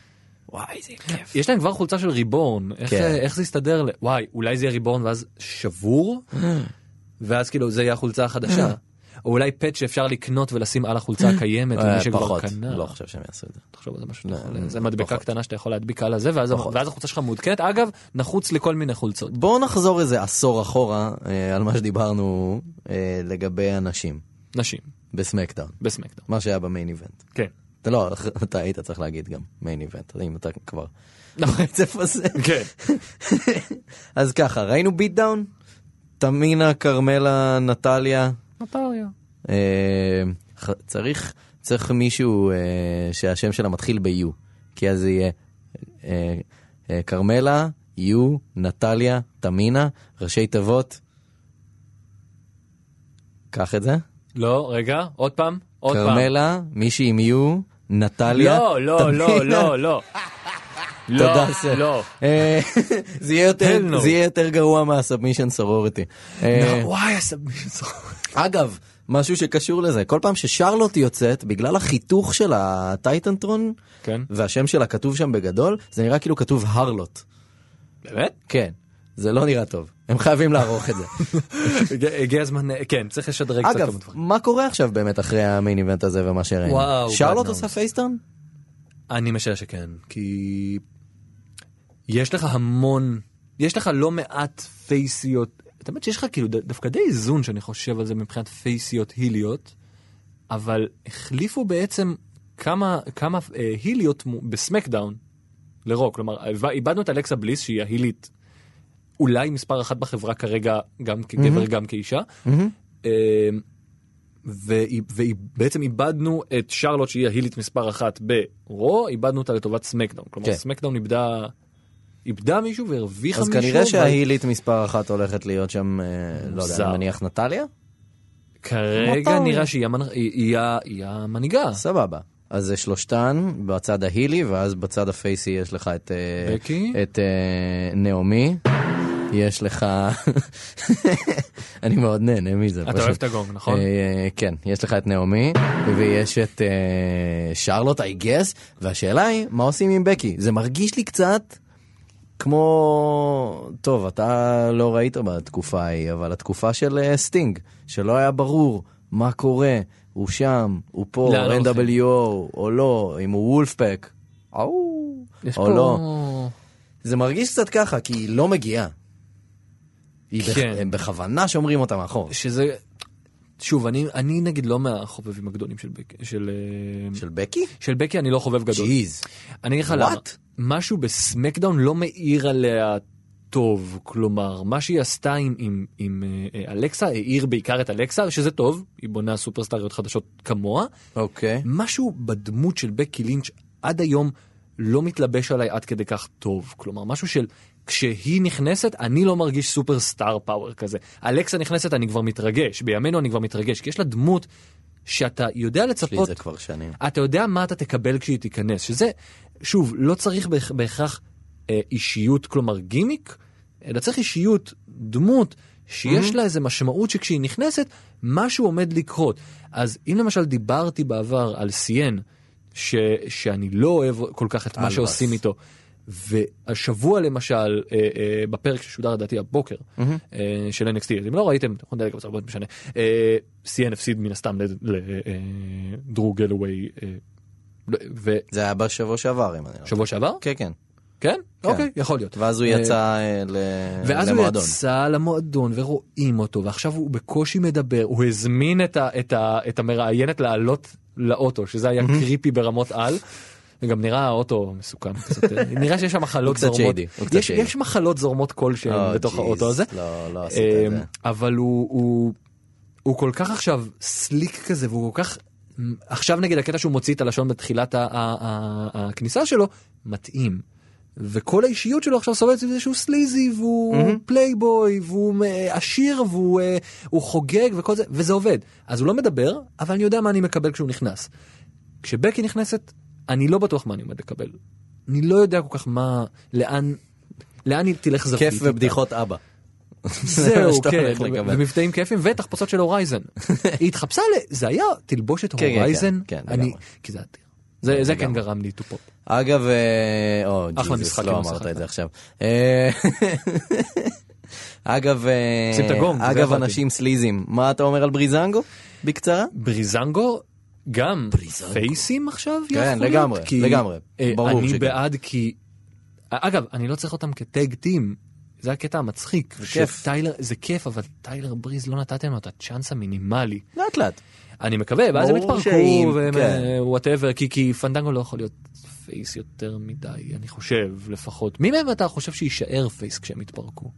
וואי, זה כיף. יש להם כבר חולצה של ריבורן, איך,
כן.
איך זה יסתדר? ל- וואי, אולי זה יהיה ריבורן ואז
<gasps>
שבור, ואז כאילו זה יהיה החולצה החדשה. או אולי פט שאפשר לקנות ולשים על החולצה הקיימת, למי
אה,
שכבר
פחות,
קנה.
לא חושב שהם יעשו את זה.
תחשוב על זה משהו,
לא,
שאתה יכול-
לא,
זה מדבקה
פחות.
קטנה שאתה יכול להדביק על הזה, ואז ואז החולצה שלך מעודכנת. אגב, נחוץ לכל מיני חולצות.
בואו נחזור איזה עשור אחורה אה, על מה שדיברנו אה, לגבי הנשים
נשים,
בסמקדאון,
בסמקדאון.
מה שהיה במיין איבנט.
כן.
אתה לא, <laughs> אתה היית צריך להגיד גם מיין איבנט, אם אתה כבר
נכון.
<laughs> ברצף הזה.
כן.
אז ככה, ראינו ביט דאון, תמינה, כרמלה, נטליה.
נוטריה.
אה, ח- צריך, צריך מישהו אה, שהשם שלה מתחיל ב-U, כי אז זה יהיה אה, אה, כרמלה, U, נטליה, תמינה, ראשי תיבות. קח את זה.
לא, רגע, עוד פעם, עוד פעם.
כרמלה, מישהי עם U, נטליה.
לא, לא, לא,
תמינה.
לא, לא.
תודה,
לא,
סר.
לא.
אה, <laughs> זה יהיה יותר-
Hell no. נכון.
זה יהיה יותר גרוע מהסאבמישן סרוריטי. אה,
וואי, הסמיסו.
אגב, משהו שקשור לזה, כל פעם ששרלוט יוצאת, בגלל החיתוך של הטייטנטרון,
כן.
והשם שלה כתוב שם בגדול, זה נראה כאילו כתוב הרלוט.
באמת?
כן, זה לא נראה טוב. הם חייבים לערוך את
<laughs>
זה.
הגיע- הגיע הזמן, אה, כן, צריך לשדרג קצת כמה
אגב,
דברים.
מה קורה עכשיו באמת אחרי המיין איבנט הזה ומה שראינו?
וואו,
שרלוט
bad
עושה
news.
פייסטרן?
אני משער שכן, כי יש לך המון, יש לך לא מעט פייסיות, את האמת שיש לך כאילו ד- דווקא די איזון שאני חושב על זה מבחינת פייסיות היליות, אבל החליפו בעצם כמה, כמה אה, היליות מו- בסמקדאון לרוק, כלומר איב- איבדנו את אלכסה בליס שהיא ההילית אולי מספר אחת בחברה כרגע גם כגבר גם כאישה. אה, והיא- ובעצם איבדנו את שרלוט שהיא ההילית מספר אחת ברו, איבדנו אותה לטובת סמקדאון. כלומר
כן.
סמקדאון איבדה, איבדה מישהו והרוויחה
אז
מישהו.
כנראה
אבל
שההילית מספר אחת הולכת להיות שם, אה, לא יודע,
מוזר.
אני מניח נטליה?
כרגע
מטאו.
נראה שהיא המנ- היא- היא ה- היא המנהיגה.
סבבה. אז זה שלושתן בצד ההילי, ואז בצד הפייסי יש לך את... אה,
בקי?
את אה, נעמי. יש לך... <laughs> אני מאוד נהנה מזה.
אתה
פשוט.
אוהב את הגונג, נכון?
אה, כן, יש לך את נעמי, ויש את אה, שרלוט, I guess, והשאלה היא, מה עושים עם בקי? זה מרגיש לי קצת כמו... טוב, אתה לא ראית בתקופה ההיא, אבל התקופה של אה, סטינג, שלא היה ברור מה קורה, הוא שם, הוא פה,
לאן הולכים?
NWO, או לא, אם הוא וולפפק, או
יש פה-
לא. זה מרגיש קצת ככה, כי היא לא מגיעה. היא בכ-
כן.
הם בכוונה שומרים אותה מאחור.
שזה, שוב, אני אני נגיד לא מהחובבים הגדולים של בק- של, אה,
של בקי?
של בקי, אני לא חובב גדול.
ג'יז.
אני אגיד לך למה,
What?
משהו בסמקדאון לא מאיר עליה טוב, כלומר, מה שהיא עשתה עם, עם, עם אה, אה, אלכסה, העיר בעיקר את אלכסה, שזה טוב, היא בונה סופרסטריות חדשות כמוה,
אוקיי.
משהו בדמות של בקי לינץ' עד היום לא מתלבש עליי עד כדי כך טוב, כלומר, משהו של... כשהיא נכנסת, אני לא מרגיש סופר סטאר פאוור כזה. אלכסה נכנסת, אני כבר מתרגש. בימינו אני כבר מתרגש, כי יש לה דמות שאתה יודע
לי
לצפות
זה כבר שנים.
אתה יודע מה אתה תקבל כשהיא תיכנס, שזה, שוב, לא צריך בהכ- בהכרח אה, אישיות, כלומר גימיק, אלא צריך אישיות, דמות, שיש לה איזה משמעות שכשהיא נכנסת, משהו עומד לקרות. אז אם למשל דיברתי בעבר על סיין, ש, שאני לא אוהב כל כך את מה
אלבס.
שעושים איתו, והשבוע למשל, אה, אה, בפרק ששודר לדעתי הבוקר, אה, של NXT, אז אם לא ראיתם, נכון דלג אבל זה משנה, אה, CN הפסיד מן הסתם לדרו גלווי, אה, ל-
זה היה בשבוע שעבר, אם אני לא...
ושבוע שעבר?
כן, כן.
כן? אוקיי, יכול להיות.
ואז הוא
אה,
יצא אה, ל...
ואז הוא
למועדון.
יצא למועדון ורואים אותו ועכשיו הוא בקושי מדבר הוא הזמין את, ה, את, ה, את המראיינת לעלות לאוטו שזה היה קריפי ברמות על. וגם נראה האוטו מסוכן קצת,
<laughs>
אה, נראה שיש שם מחלות
קצת
זורמות,
shady, הוא קצת Oh,
יש,
shady.
יש מחלות זורמות כלשהן
או,
בתוך
ג'יז,
האוטו הזה,
לא, לא עשית
אה,
את זה.
אבל הוא, הוא, הוא כל כך עכשיו סליק כזה והוא כל כך, עכשיו נגיד הקטע שהוא מוציא את הלשון בתחילת ה- ה- ה- הכניסה שלו, מתאים. וכל האישיות שלו עכשיו סובבת מזה שהוא סליזי והוא פלייבוי והוא אה, עשיר והוא אה, הוא חוגג וכל זה וזה עובד אז הוא לא מדבר אבל אני יודע מה אני מקבל כשהוא נכנס. כשבקי נכנסת אני לא בטוח מה אני עומד לקבל. אני לא יודע כל כך מה לאן לאן היא תלך זווית.
כיף ובדיחות אבא.
<laughs> זהו,
שאתה
כן,
הולך לקבל.
ומבטאים כיפים ותחפושות של <laughs> הורייזן. היא התחפשה ל... זה היה תלבושת
כן, כן,
הורייזן?
כן,
אני-
לגמרי.
כי זה עתיר. זה זה כן
לגמרי.
גרם לי to pop.
אגב, אה, או,
אחלה
ג'יזוס,
משחק
לא
עם
אמרת
השחקן.
את זה עכשיו. אה, <laughs> אגב, אה,
שים את הגונג, זה
אגב
עבדתי.
אנשים סליזים, מה אתה אומר על בריזנגו? בקצרה?
בריזנגו גם פייסים עכשיו?
כן,
יכול להיות?
לגמרי,
כי,
לגמרי.
אה,
ברור
אני
שכן.
בעד כי... אגב, אני לא צריך אותם כטג טים. זה הקטע המצחיק.
זה כיף.
שטיילר- זה כיף, אבל טיילר בריז לא נתתם לו את הצ'אנס המינימלי.
לאט לאט.
אני מקווה, ואז הם
ברור
יתפרקו
שאם- כן.
ווואטאבר, כי כי פנדנגו לא יכול להיות פייס יותר מדי, אני חושב, לפחות. מי מהם אתה חושב שיישאר פייס כשהם יתפרקו?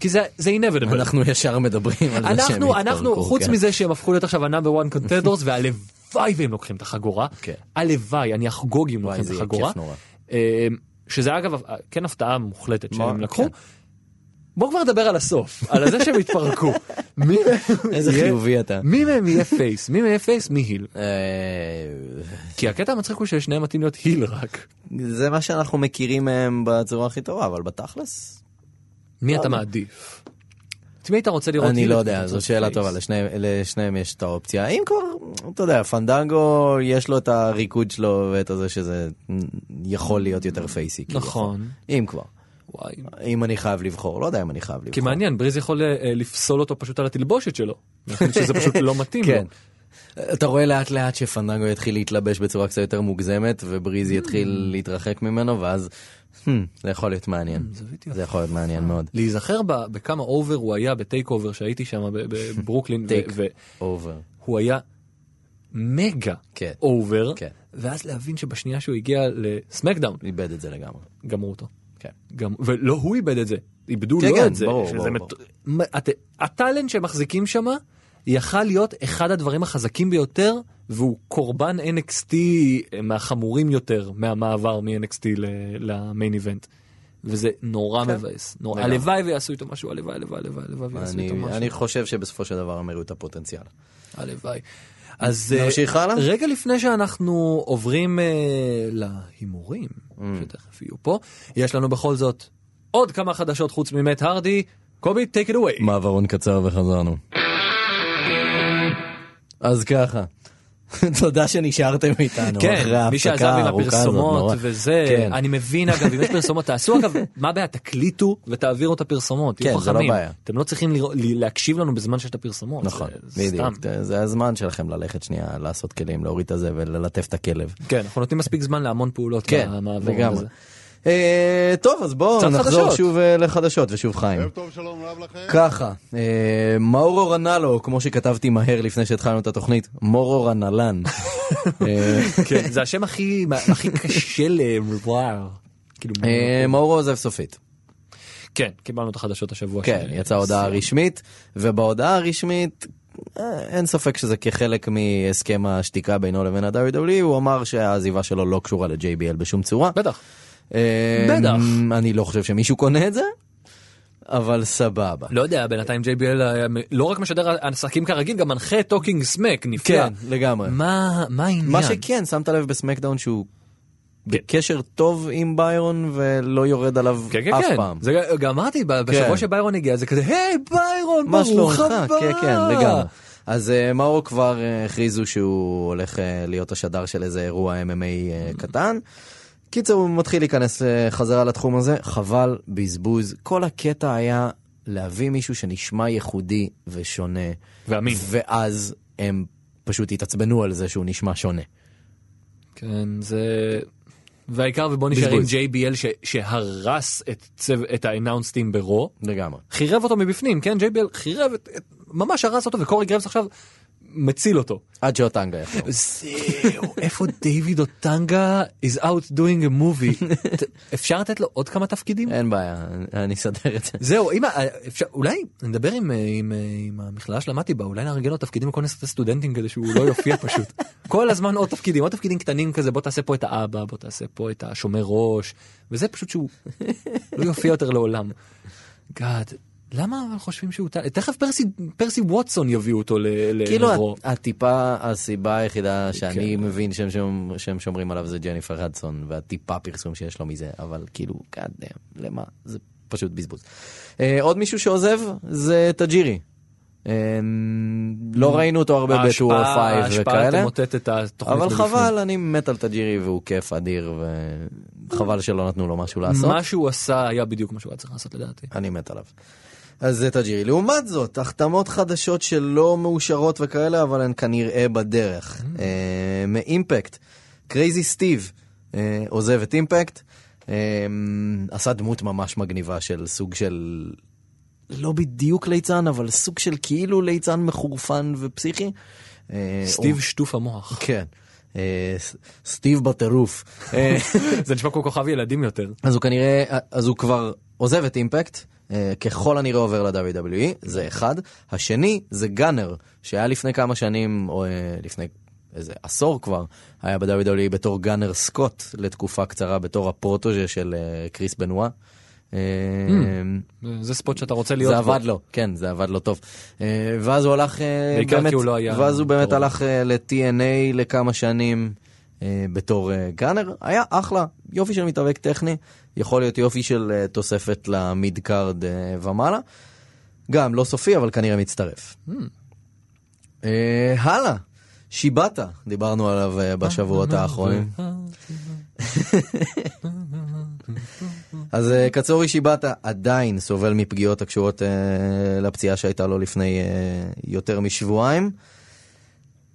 כי זה זה inevitable.
אנחנו ישר מדברים על זה שהם
אנחנו, אנחנו,
יתפרקו,
חוץ
כן.
מזה שהם הפכו להיות עכשיו ה-number one
<laughs>
contenders, והלוואי והם לוקחים את החגורה,
כן.
הלוואי, אני אחגוג אם
וואי,
לוקחים את
זה יהיה
החגורה,
כיף נורא.
אה, שזה אגב כן הפתעה מוחלטת
מה?
שהם לקחו.
כן.
בואו כבר נדבר על הסוף, על זה שהם
<laughs>
התפרקו. מי מהם
איזה
יהיה-
חיובי אתה.
מי מהם יהיה פייס? מי מהם יהיה פייס? מי היל?
אה,
כי הקטע המצחיק הוא ששניהם מתאים להיות היל רק.
זה מה שאנחנו מכירים מהם בצורה הכי טובה, אבל בתכלס?
מי אתה מעדיף? את מי היית רוצה לראות
אני
היל?
לא
את מי אתה
יודע, זו
רוצה
שאלה
פייס?
טובה, לשניהם- לשניהם יש את האופציה. אם כבר, אתה יודע, פנדנגו, יש לו את הריקוד שלו ואת הזה שזה יכול להיות יותר פייסי. כאילו.
נכון.
אם כבר.
וואי.
אם אני חייב לבחור, לא יודע אם אני חייב לבחור.
כי מעניין, בריז יכול אה, לפסול אותו פשוט על התלבושת שלו. נכון שזה פשוט לא מתאים לו.
<laughs> כן. אתה רואה לאט לאט שפנדנגו יתחיל להתלבש בצורה קצת יותר מוגזמת, ובריזי
Hmm.
יתחיל להתרחק ממנו, ואז "Hmm, זה יכול להיות מעניין.
Hmm,
זה יכול להיות מעניין מאוד.
להיזכר ב- בכמה אובר הוא היה בטייק אובר שהייתי שם ב- בברוקלין, ו-
טייק.
והוא
אובר.
היה מגה
כן.
אובר,
כן.
ואז להבין שבשנייה שהוא הגיע לסמקדאון,
איבד את זה לגמרי.
גמרו אותו.
כן.
גם, ולא הוא איבד את זה, איבדו
כן,
לו
כן,
את זה.
ברור,
שזה
ברור,
מט- מ- הט- הטאלנט שמחזיקים שם יכל להיות אחד הדברים החזקים ביותר, והוא קורבן NXT אה, מהחמורים יותר מהמעבר מ-NXT ל- למיין איבנט. וזה נורא מבאס, נורא,
כן. לגמרי.
הלוואי ויעשו איתו משהו, הלוואי, הלוואי, הלוואי, הלוואי ויעשו
אני,
איתו משהו,
אני חושב שבסופו של דבר הם הראו את הפוטנציאל.
הלוואי. אז אה,
נמשיך הלאה?
רגע לפני שאנחנו עוברים אה, להימורים,
Mm.
שתכף יהיו פה, יש לנו בכל זאת עוד כמה חדשות חוץ ממת הרדי. קובי, take it away.
מעברון קצר וחזרנו. אז ככה. <laughs> תודה שנשארתם איתנו
כן,
אחרי
מי שעזב
ההפסקה
עם
הארוכה הזאת.
הפרסומות
נורא.
וזה,
כן.
אני מבין אגב, אם יש פרסומות, תעשו
<laughs>
אגב, מה הבעיה, תקליטו ותעבירו את הפרסומות, תהיו
כן, זה לא
חכמים.
בעיה.
אתם לא צריכים לראות- להקשיב לנו בזמן שיש את הפרסומות.
נכון,
זה סתם.
בדיוק. זה הזמן שלכם ללכת שנייה, לעשות כלים, להוריד את הזה וללטף את הכלב.
כן, אנחנו נותנים מספיק זמן להמון פעולות.
כן,
למעבור
לגמרי.
הזה.
אה, טוב, אז בואו
קצת
נחזור
חדשות.
שוב אה, לחדשות ושוב חיים.
ערב טוב, שלום רב לכם.
ככה, אה, מאורו רנלו, כמו שכתבתי מהר לפני שהתחלנו את התוכנית, מורו
<laughs>
רנלן. אה,
כן, זה השם הכי הכי קשה לוואו. כאילו,
אה, מאורו עוזב סופית.
כן, קיבלנו את החדשות השבוע.
כן,
של-
יצאה הודעה רשמית, ובהודעה הרשמית, אה, אין ספק שזה כחלק מהסכם השתיקה בינו לבין ה-WWE, הוא אמר שהעזיבה שלו לא קשורה ל-JBL בשום צורה.
בטח.
אה,
בטח.
אני לא חושב שמישהו קונה את זה, אבל סבבה.
לא יודע, בינתיים JBL היה מ- לא רק משדר עסקים כרגיל, גם מנחה טוקינג סמק נפלא.
כן, לגמרי.
מה מה כן. העניין?
מה שכן, שמת לב בסמקדאון שהוא בקשר טוב עם ביירון ולא יורד עליו
כן, כן,
אף
כן.
פעם. כן.
זה ג- גם אמרתי, ב- בשבוע שביירון הגיע זה כזה, היי ביירון,
מה
ברוך
שלומך?
הבא.
כן, כן, לגמרי. אז אה, מאור כבר אה, הכריזו שהוא הולך אה, להיות השדר של איזה אירוע MMA אה, קטן. קיצר, הוא מתחיל להיכנס אה, חזרה לתחום הזה, חבל, בזבוז. כל הקטע היה להביא מישהו שנשמע ייחודי ושונה.
ואמין.
ואז הם פשוט התעצבנו על זה שהוא נשמע שונה.
כן, זה... והעיקר ובוא נשאר עם
בזבוז.
JBL ש- שהרס את צו- את האנאונסטים ברו.
לגמרי.
חירב אותו מבפנים, כן? JBL חירב, את- את- ממש הרס אותו וקורי גרבס עכשיו מציל אותו.
עד ג'ו טנגה יחזור.
<laughs> זהו, איפה דיוויד אוטנגה is out doing a movie?
<laughs>
ת- אפשר לתת לו עוד כמה תפקידים?
אין בעיה, אני אסדר את זה.
זהו, אם, ה- אה, אפשר, אולי נדבר עם, אה, עם, אה, עם המכללה שלמדתי בה, אולי נארגן לו תפקידים בכל מיני סרטי סטודנטים כדי שהוא לא יופיע <laughs> פשוט. כל הזמן עוד תפקידים, עוד תפקידים קטנים כזה, בוא תעשה פה את האבא, בוא תעשה פה את השומר ראש, וזה פשוט שהוא לא יופיע יותר לעולם. גאד, למה אבל חושבים שהוא... טל- תכף פרסי, פרסי ווטסון יביאו אותו ל... ל-
כאילו
לרו.
הט- הטיפה, הסיבה היחידה שאני
כן.
מבין שהם שומ- שהם שומרים עליו זה ג'ניפר הדסון, והטיפה פרסום שיש לו מזה, אבל כאילו, God damn, למה? זה פשוט בזבוז. אה, עוד מישהו שעוזב זה טאג'ירי. אה, לא ראינו אותו הרבה ב-205
Mm. ההשפעה- ההשפעה
וכאלה.
תמוטט את התוכנית.
אבל
מבפנים.
חבל, אני מת על טאג'ירי והוא כיף אדיר, וחבל שלא נתנו לו משהו לעשות.
מה שהוא עשה היה בדיוק מה שהוא היה צריך לעשות לדעתי.
אני מת עליו. אז זה תג'ירי. לעומת זאת, החתמות חדשות שלא מאושרות וכאלה, אבל הן כנראה בדרך. אה, מאימפקט, קרייזי סטיב אה, עוזב את אימפקט, אה, עשה דמות ממש מגניבה של סוג של... לא בדיוק ליצן, אבל סוג של כאילו ליצן מחורפן ופסיכי. אה,
סטיב שטוף המוח.
הוא- כן. אה, ס- סטיב בטירוף. אה,
<laughs> זה נשמע כמו כוכב ילדים יותר.
אז הוא כנראה, אז הוא כבר עוזב את אימפקט, אה, ככל הנראה עובר ל-WWE, זה אחד. השני זה גאנר, שהיה לפני כמה שנים, או אה, לפני איזה עשור כבר, היה ב-WWE בתור גאנר סקוט לתקופה קצרה, בתור הפרוטוג'ה של אה, קריס בנואה. אה,
זה ספוט שאתה רוצה להיות
זה
בו.
עבד לו, כן, זה עבד לו טוב. אה, ואז הוא הלך, אה,
בעיקר כי
באמת-
הוא לא היה
ואז הוא באמת
בתור-
הלך אה, ל-TNA לכמה שנים אה, בתור אה, גאנר, היה אחלה, יופי של מתאבק טכני, יכול להיות יופי של אה, תוספת למיד קארד אה, ומעלה. גם לא סופי, אבל כנראה מצטרף.
Hmm.
אה, הלאה, שיבאטה, דיברנו עליו אה, בשבועות
אה.
האחרונים. אז אה, קצורי שיבאטה עדיין סובל מפגיעות הקשורות אה, לפציעה שהייתה לו לפני אה, יותר משבועיים.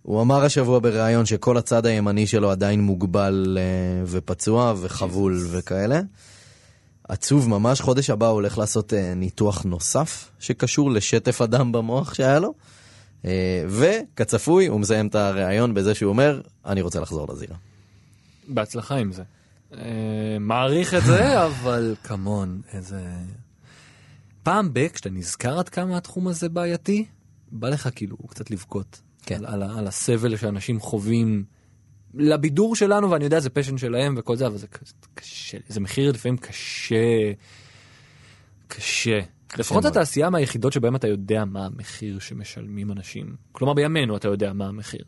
הוא אמר השבוע בריאיון שכל הצד הימני שלו עדיין מוגבל אה, ופצוע וחבול וכאלה. עצוב ממש, חודש הבא הוא הולך לעשות אה, ניתוח נוסף שקשור לשטף הדם במוח שהיה לו. אה, וכצפוי, הוא מסיים את הריאיון בזה שהוא אומר, אני רוצה לחזור לזירה.
בהצלחה עם זה. אה, מעריך את
<laughs>
זה, אבל כמון, איזה... פעם ב, כשאתה נזכר עד כמה התחום הזה בעייתי, בא לך כאילו קצת לבכות.
כן.
על, על, ה- על הסבל שאנשים חווים לבידור שלנו, ואני יודע, זה פשן שלהם וכל זה, אבל זה כ- קשה, זה מחיר לפעמים קשה, קשה. לפחות
מאוד.
התעשייה מהיחידות שבהם אתה יודע מה המחיר שמשלמים אנשים. כלומר, בימינו אתה יודע מה המחיר.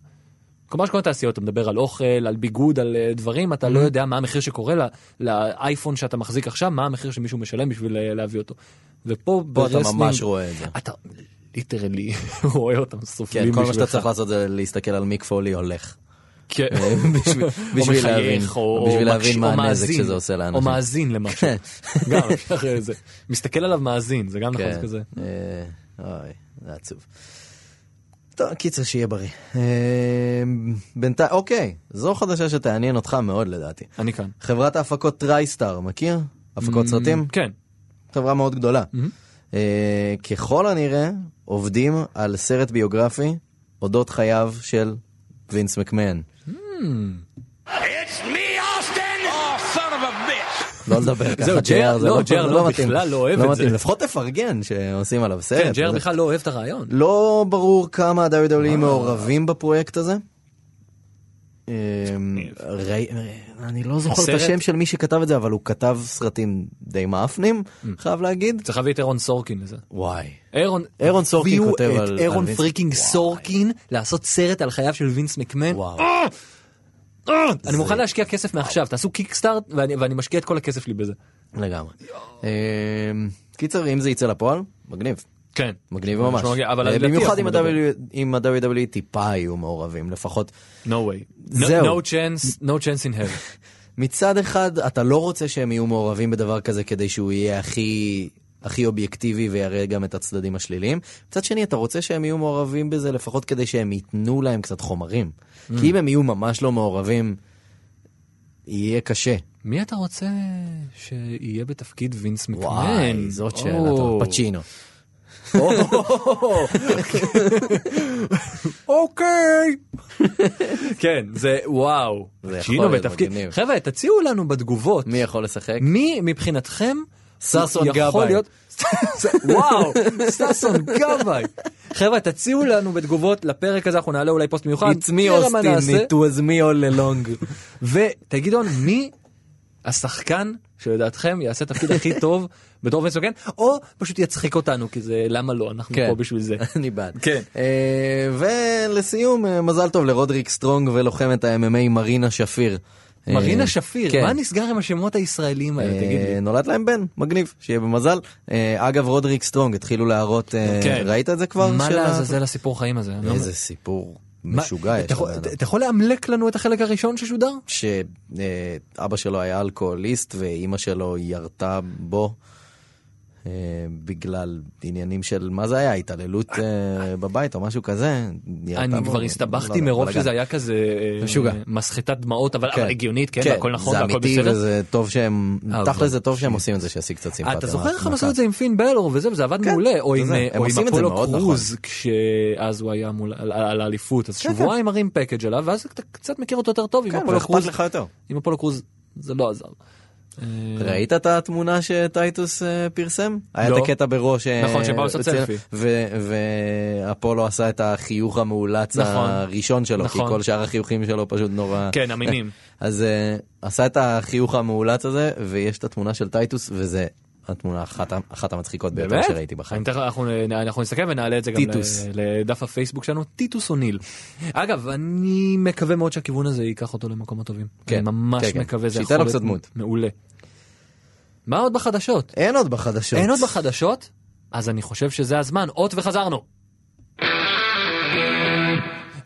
כלומר שכל התעשיות, אתה מדבר על אוכל, על ביגוד, על אה, דברים, אתה
Mm-hmm.
לא יודע מה המחיר שקורה ל- לאייפון שאתה מחזיק עכשיו, מה המחיר שמישהו משלם בשביל אה, להביא אותו. ופה
פה אתה
ברסלינג-
ממש רואה את זה.
אתה ליטרלי <laughs> רואה אותם סובלים
כן, כל מה שאתה
בשבילך.
צריך לעשות זה להסתכל על מיק פולי הולך.
כן.
<laughs>
<laughs>
בשביל- בשביל
או
להבין,
מחייך, או-
בשביל
או
להבין
מקשיב,
מה
או
הנזק
מאזין,
שזה עושה לאנשים.
או מאזין למשהו.
כן.
<laughs> גם אפשר אה, זה. מסתכל עליו מאזין, זה גם נכון זה כזה.
אה, אוי, זה עצוב. טוב, קיצר שיהיה בריא. אה, בינתיים, אוקיי, זו חדשה שתעניין אותך מאוד לדעתי.
אני כאן.
חברת ההפקות טרייסטאר, מכיר? הפקות סרטים?
כן.
חברה מאוד גדולה.
Mm-hmm.
אה, ככל הנראה עובדים על סרט ביוגרפי אודות חייו של וינס מקמן.
Mm-hmm. It's me, Austin! Oh, son of a bitch!
לא לדבר
<laughs>
ככה,
זהו,
ג'ר, זה
לא, ג'ר לא,
מתאים.
בכלל לא אוהב
לא
את זה.
מתאים, לפחות תפרגן שעושים עליו סרט.
כן, ג'ר
זה-
בכלל לא אוהב את הרעיון.
לא ברור כמה ה-WWE מעורבים בפרויקט הזה. אמ, ראי- אני לא זוכר את
הסרט-
השם של מי שכתב את זה, אבל הוא כתב סרטים די מאפנים, חייב להגיד.
צריך להביא את אירון סורקין לזה.
Mm. וואי.
אירון,
אירון סורקין
הביאו
כותב
את
על- על
אירון
וינס-
פריקינג
וואי.
סורקין לעשות סרט על חייו של וינס מקמן.
וואו.
אה, אני מוכן להשקיע כסף מעכשיו, תעשו קיקסטארט ואני ואני משקיע את כל הכסף שלי בזה.
לגמרי. אמ, קיצר, אם זה יצא לפועל, מגניב.
כן.
מגניב ממש.
ממש מגניב, אבל
אה,
לדעתי
במיוחד
אנחנו
אם
מדברים.
ה-WWE אם ה-WWE טיפה היו מעורבים, לפחות
No way. No-
זהו.
No chance, no chance in hell.
מצד אחד אתה לא רוצה שהם יהיו מעורבים בדבר כזה כדי שהוא יהיה הכי הכי אובייקטיבי ויראה גם את הצדדים השליליים. מצד שני אתה רוצה שהם יהיו מעורבים בזה לפחות
Mm.
כדי שהם ייתנו להם קצת חומרים. כי אם הם יהיו ממש לא מעורבים יהיה קשה.
<laughs> מי אתה רוצה שיהיה בתפקיד וינס מקמן?
וואי, זאת שאלה
כן. או.
טובה. פצ'ינו. <laughs>
אוקיי. כן, זה וואו.
זה יכול
פצ'ינו
להיות
בתפקיד.
מגניב.
חבר'ה, תציעו לנו בתגובות.
מי יכול לשחק?
מי מבחינתכם
ששון
יכול
גבאי.
להיות- וואו, ששון גבאי. חבר'ה, תציעו לנו בתגובות לפרק הזה, אנחנו נעלה אולי פוסט מיוחד.
It's me
נראה מה
אוסטין,
נעשה.
it was me all along. <laughs>
ותגידו לנו, מי השחקן שלדעתכם יעשה תפקיד הכי טוב <laughs> בתור וינס מקמן, או פשוט יצחיק אותנו, כי זה למה לא, אנחנו
כן.
פה בשביל זה.
אני בעד.
כן.
אה, ולסיום, אה, מזל טוב לרודריק סטרונג ולוחמת ה-MMA מרינה שפיר.
מרינה
אה,
שפיר,
כן.
מה נסגר עם השמות הישראלים האלה, תגיד לי.
אה, נולד להם בן, מגניב, שיהיה במזל. אה, אגב, רודריק סטרונג התחילו להראות, אה,
כן.
ראית את זה כבר?
מה
של ה-
לעזאזל הסיפור חיים הזה? אני לא
איזה סיפור
מה-
משוגע יש.
אתה יכול-
לבן אדם.
אתה יכול לאמלק לנו את החלק הראשון ששודר?
שאבא אה, שלו היה אלכוהוליסט ואימא שלו ירתה בו אה, בגלל עניינים של מה זה היה התעללות אה, בבית או משהו כזה. ירתה
אני
בו,
כבר
לא
הסתבכתי
יודע,
מרוב
בלאגן.
שזה היה כזה אה,
משוגע.
מסחטת דמעות אבל
כן.
אבל הגיונית כן הכל נכון
זה
והכל
אמיתי
בסדר. אה,
וזה טוב שהם,
אבל-
תכל'ס זה טוב שהם עושים את זה שישיג קצת סימפטיה.
אתה זוכר איך הם עשו
מהקהל.
את זה עם פין בלור וזה וזה עבד
כן,
מעולה או
זה
עם
זה.
אה,
הם
או עם
עושים את זה
אפולו
מאוד נכון.
קרוז כשאז הוא היה מול על- על האליפות אז שבועיים מרים פקאג' עליו ואז אתה קצת מכיר אותו יותר טוב עם
כן,
אפולו
ואכפת
קרוז
לך יותר.
עם אפולו קרוז זה לא עזר.
ראית את התמונה שטייטוס אה, פרסם? היה
כן. לא.
את הקטע בראש. אה,
נכון, שבא לעשות
אצל-
סלפי.
ו- ואפולו עשה את החיוך המאולץ
נכון.
הראשון שלו, כי
נכון.
כל שאר החיוכים שלו פשוט נורא...
כן, אמינים.
<laughs> אז אה, עשה את החיוך המאולץ הזה, ויש את התמונה של טייטוס, וזה התמונה אחת ה- אחת המצחיקות ביותר
באמת?
שראיתי בחיים.
אני תכף- אנחנו נ- אנחנו נסתכל ונעלה את זה גם
טיטוס.
ל- לדף הפייסבוק שלנו טיטוס אוניל. אגב אני מקווה מאוד שהכיוון הזה ייקח אותו למקומות טובים.
כן,
אני ממש
כן, כן.
מקווה זה
שייתן
יכול
לו קצת
להיות
דמות.
מעולה. מה עוד בחדשות?
אין עוד בחדשות.
אין עוד בחדשות? אז אני חושב שזה הזמן. אות וחזרנו.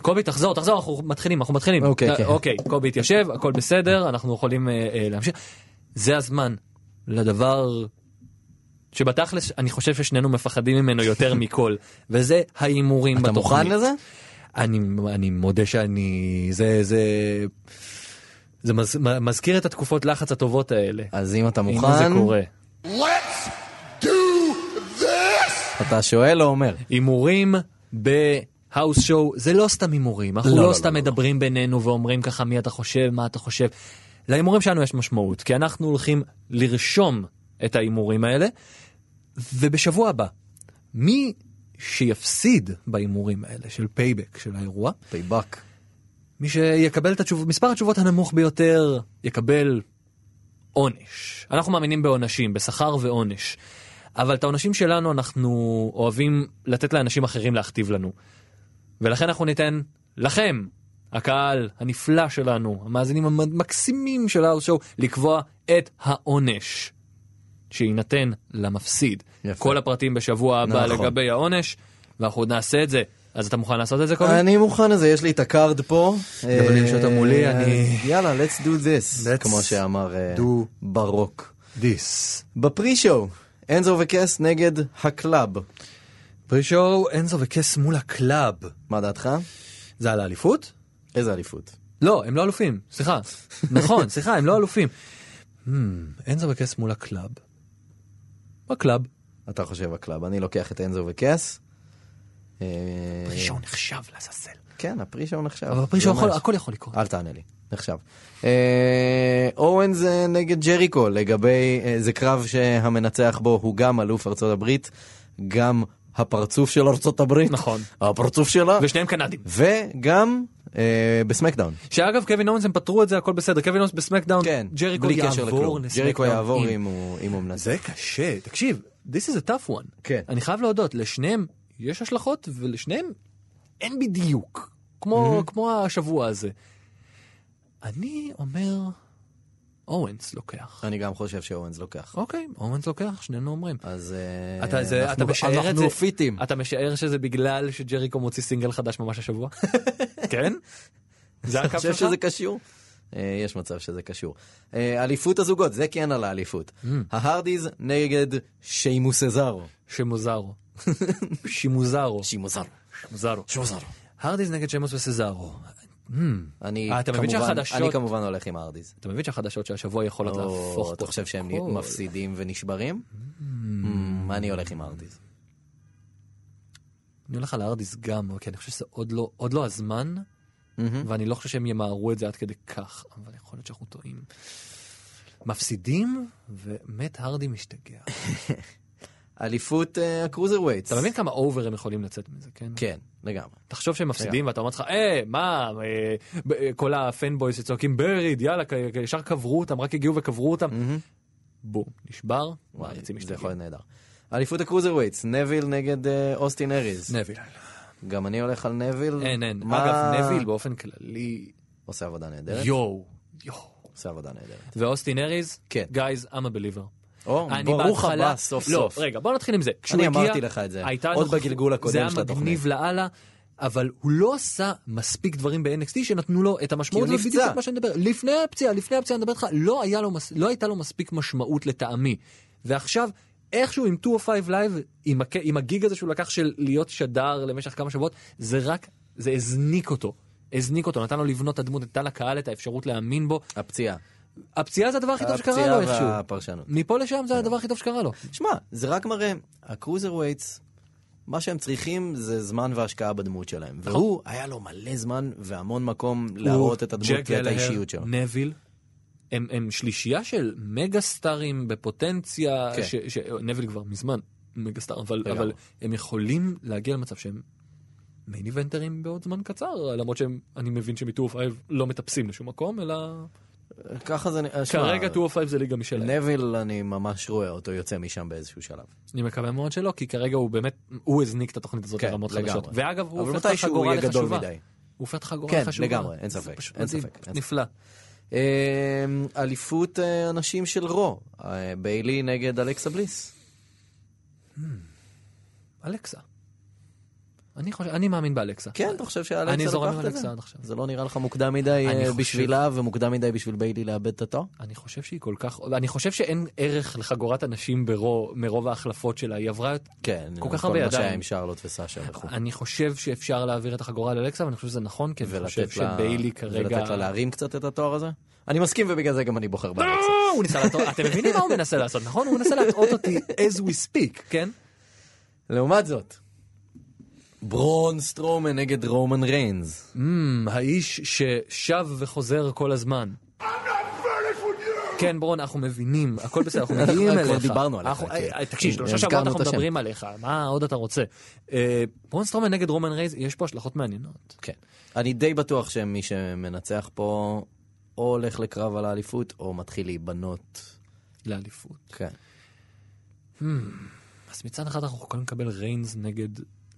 קובי תחזור תחזור אנחנו מתחילים אנחנו מתחילים
אוקיי,
אה,
כן.
אוקיי קובי התיישב הכל בסדר אנחנו יכולים אה, אה, להמשיך זה הזמן לדבר שבתכלס אני חושב ששנינו מפחדים ממנו
<laughs>
יותר מכל וזה ההימורים
אתה
בתוכנית.
מוכן לזה?
אני אני מודה שאני זה זה זה מז, מזכיר את התקופות לחץ הטובות האלה.
אז אם אתה
הנה זה
מוכן,
קורה.
אתה שואל או אומר?
הימורים בהאוס שואו זה לא סתם הימורים אנחנו לא,
לא,
לא,
לא,
סתם
לא,
מדברים בינינו ואומרים ככה מי אתה חושב מה אתה חושב. להימורים שלנו יש משמעות כי אנחנו הולכים לרשום את ההימורים האלה ובשבוע הבא מי שיפסיד בהימורים האלה של פייבק של האירוע
פייבק.
מי שיקבל את התשוב... מספר התשובות הנמוך ביותר יקבל עונש. אנחנו מאמינים בעונשים, בשכר ועונש. אבל את העונשים שלנו אנחנו אוהבים לתת לאנשים אחרים להכתיב לנו. ולכן אנחנו ניתן לכם, הקהל הנפלא שלנו, המאזינים המקסימים של השואו, לקבוע את העונש שיינתן למפסיד.
יפה.
כל הפרטים בשבוע הבא
נכון.
לגבי העונש, ואנחנו עוד נעשה את זה. אז אתה מוכן לעשות את זה קודם?
אני מוכן לזה, יש לי את הקארד פה.
גבריאל,
אה,
שאתה מולי, אני-
אז יאללה, let's do this,
Let's
כמו שאמר אה,
do
ברוק.
This.
בפרי-שואו, אנזו וקס נגד הקלאב.
פרישו, אנזו וקס מול הקלאב.
מה דעתך?
זה על האליפות?
איזה אליפות.
לא, הם לא אלופים, סליחה. נכון, סליחה, הם לא אלופים. Hmm, אנזו וקס מול הקלאב. בקלאב.
אתה חושב הקלאב, אני לוקח את אנזו וקס. אה,
פרישו נחשב לעזאזל.
כן, הפרי-שואו נחשב.
אבל פרישו,
ממש.
הכל יכול לקרות.
אל תענה לי, נחשב. אה, אורנס אה, נגד ג'ריקו, לגבי, אה, זה קרב שהמנצח בו הוא גם אלוף ארצות הברית, גם הפרצוף של ארצות הברית.
נכון.
הפרצוף שלה.
ושניהם קנדים.
וגם אה, בסמקדאון.
שאגב, קווין אורנס הם פתרו את זה, הכל בסדר. קווין אורנס בסמקדאון,
כן,
ג'ריקו
בלי קשר
יעבור
לכלום.
לסמקדאון.
ג'ריקו יעבור
עם-
אם הוא אם הוא מנצח.
זה קשה, תקשיב, this is a tough one.
כן.
אני חייב להודות, לשניהם יש השלכות ולשניהם אין בדיוק, כמו, mm-hmm. כמו השבוע הזה. אני אומר, אורנס לוקח.
אני גם חושב שאורנס לוקח.
אוקיי, אורנס לוקח, שנינו אומרים.
אז אה,
אתה, זה, אתה
אנחנו-
משער את זה,
אנחנו פיטים.
אתה משער שזה בגלל שג'ריקו מוציא סינגל חדש ממש השבוע? <laughs> כן? זה
אתה
הקו
חושב
שלך?
שזה קשור? אה, יש מצב שזה קשור. אה, אליפות הזוגות, זה כן על האליפות.
Mm.
ההרדיז נגד שימוסזרו.
<laughs> שמוזרו. שימוזרו.
שימוסזרו.
שמוזרו. הרדיז נגד שמוס וסזארו.
אני
אה, אתה מבין
כמובן-
שהחדשות-
אני כמובן הולך עם ארדיז.
אתה מבין שהחדשות של השבוע יכולות להפוך
או,
פה
אתה חושב שהם
הכל.
מפסידים ונשברים? Mm, אני הולך עם ארדיז.
אני הולך על הארדיס גם, כי אני חושב שזה עוד לא, עוד לא הזמן,
Mm-hmm.
ואני לא חושב שהם ימהרו את זה עד כדי כך, אבל יכול להיות שאנחנו טועים. מפסידים, ומת הרדי
<laughs>
משתגע.
אליפות הקרוזר ווייטס.
אתה מבין כמה אובר הם יכולים לצאת מזה, כן?
כן, לגמרי.
תחשוב שהם מפסידים ואתה אומר לך, אה, מה, אה, ב- אה, כל הפנבויז שצועקים בריד, יאללה, כ- כ- ישר קברו אותם, רק הגיעו וקברו אותם. בום, נשבר,
Mm-hmm. וואי,
מעריצים
זה
משתגעים.
יכול להיות נהדר. אליפות הקרוזר ווייטס, נביל נגד אה, אוסטין אריז.
נביל.
גם אני הולך על נביל.
אין, אין.
מה- אה?
אגב, נביל באופן כללי,
עושה עבודה נהדרת.
יואו, יואו.
עושה עבודה נהדרת.
ואוסטין אריז,
כן.
גייז, I'm a believer.
או,
אני
ברוך
בהתחלה-
הבא סוף
לא,
סוף.
רגע, בוא נתחיל עם זה. כשהוא הגיע,
אמרתי לך את זה,
הייתה
עוד
נוכחות-
בגלגול הקודם של
זה היה
התוכנית.
מגניב לאללה, אבל הוא לא עשה מספיק דברים ב-NXT שנתנו לו את המשמעות.
כי הוא נפצע.
ובדיוק את מה שאני מדבר. לפני הפציעה, לפני הפציעה אני מדבר איתך, לא, היה לו מס- לא הייתה לו מספיק משמעות לטעמי. ועכשיו, איכשהו עם 205 Live, עם, הק... עם הגיג הזה שהוא לקח של להיות שדר למשך כמה שבועות, זה רק, זה הזניק אותו. הזניק אותו, נתן לו לבנות את הדמות, נתן לקהל את האפשרות להאמין בו.
הפציעה.
הפציעה זה הדבר הכי טוב שקרה
הפציעה
לו איכשהו.
והפרשנות.
מפה לשם זה הדבר הכי טוב שקרה לו.
שמע, זה רק מראה, הקרוזר ווייטס, מה שהם צריכים זה זמן והשקעה בדמות שלהם.
נכון.
והוא, היה לו מלא זמן והמון מקום להראות את הדמות
ג'ק
ואת
גלהר,
האישיות שלו.
נביל. הם, הם שלישייה של מגה סטארים בפוטנציה,
כן.
ש, ש, נביל כבר מזמן מגה סטאר, אבל,
לגמרי.
אבל הם יכולים להגיע למצב שהם מיין איבנטרים בעוד זמן קצר, למרות שהם, אני מבין שמ-205 לא מטפסים לשום מקום, אלא
ככה זה נראה. שמע,
כרגע 205 זה ליגה משלהם.
נביל, אני ממש רואה אותו יוצא משם באיזשהו שלב.
אני מקווה מאוד שלא, כי כרגע הוא באמת, הוא הזניק את התוכנית הזאת
כן,
לרמות
לגמרי.
חדשות. ואגב, הוא
אבל
הופך את
מתישהו הוא
החגורה
יהיה גדול
לחשובה.
מדי.
הוא הופך את החגורה
כן,
לחשובה.
לגמרי, אין ספק,
זה פשוט
אין
מדהים,
ספק, אין ספק.
נפלא.
אמ, אליפות אה, הנשים של רו, אה, ביילי נגד אלכסה בליס.
אלכסה. אני חושב, אני מאמין באלכסה.
כן, אתה חושב שאלכסה
אני זורם עם
לוקחת את
אלכסה
זה?
עד עכשיו.
זה לא נראה לך מוקדם מדי
אני
אה,
חושב-
בשבילה ומוקדם מדי בשביל ביילי לאבד את התואר?
אני חושב שהיא כל כך, אני חושב שאין ערך לחגורת הנשים ברו, מרוב ההחלפות שלה, היא עברה את...
כן,
כל כך
כל
הרבה
מה שהיה
ידיים.
עם שרלוט וסאשה וכו'.
אני חושב שאפשר להעביר את החגורה לאלכסה, ואני חושב שזה נכון, כי אני חושב
ולתת לה-
שביילי כרגע...
ולתת לה להרים קצת את התואר הזה? אני מסכים ובגלל זה גם אני בוחר באלכסה.
אה, הוא ניסה להטעות, אתם מבינים מה הוא מנסה לעשות, נכון? הוא מנסה להטעות אותי as we speak, כן?
<laughs> לעומת זאת, ברון סטרומן נגד רומן ריינס.
Mm, האיש ששב וחוזר כל הזמן. כן ברון אנחנו מבינים הכל בסדר אנחנו
אנחנו
מגיעים
כבר
אליך.
דיברנו עליך,
אנחנו-
כן.
אה, אה, תקשיב שלושה
הזכרנו
שבועות
את
אנחנו
השם.
מדברים עליך מה עוד אתה רוצה. אה, ברון סטרומן נגד רומן רייז יש פה השלכות מעניינות.
כן. אני די בטוח שמי שמנצח פה או הולך לקרב על האליפות או מתחיל להיבנות.
לאליפות.
כן.
אז מצד אחד אנחנו יכולים לקבל ריינס נגד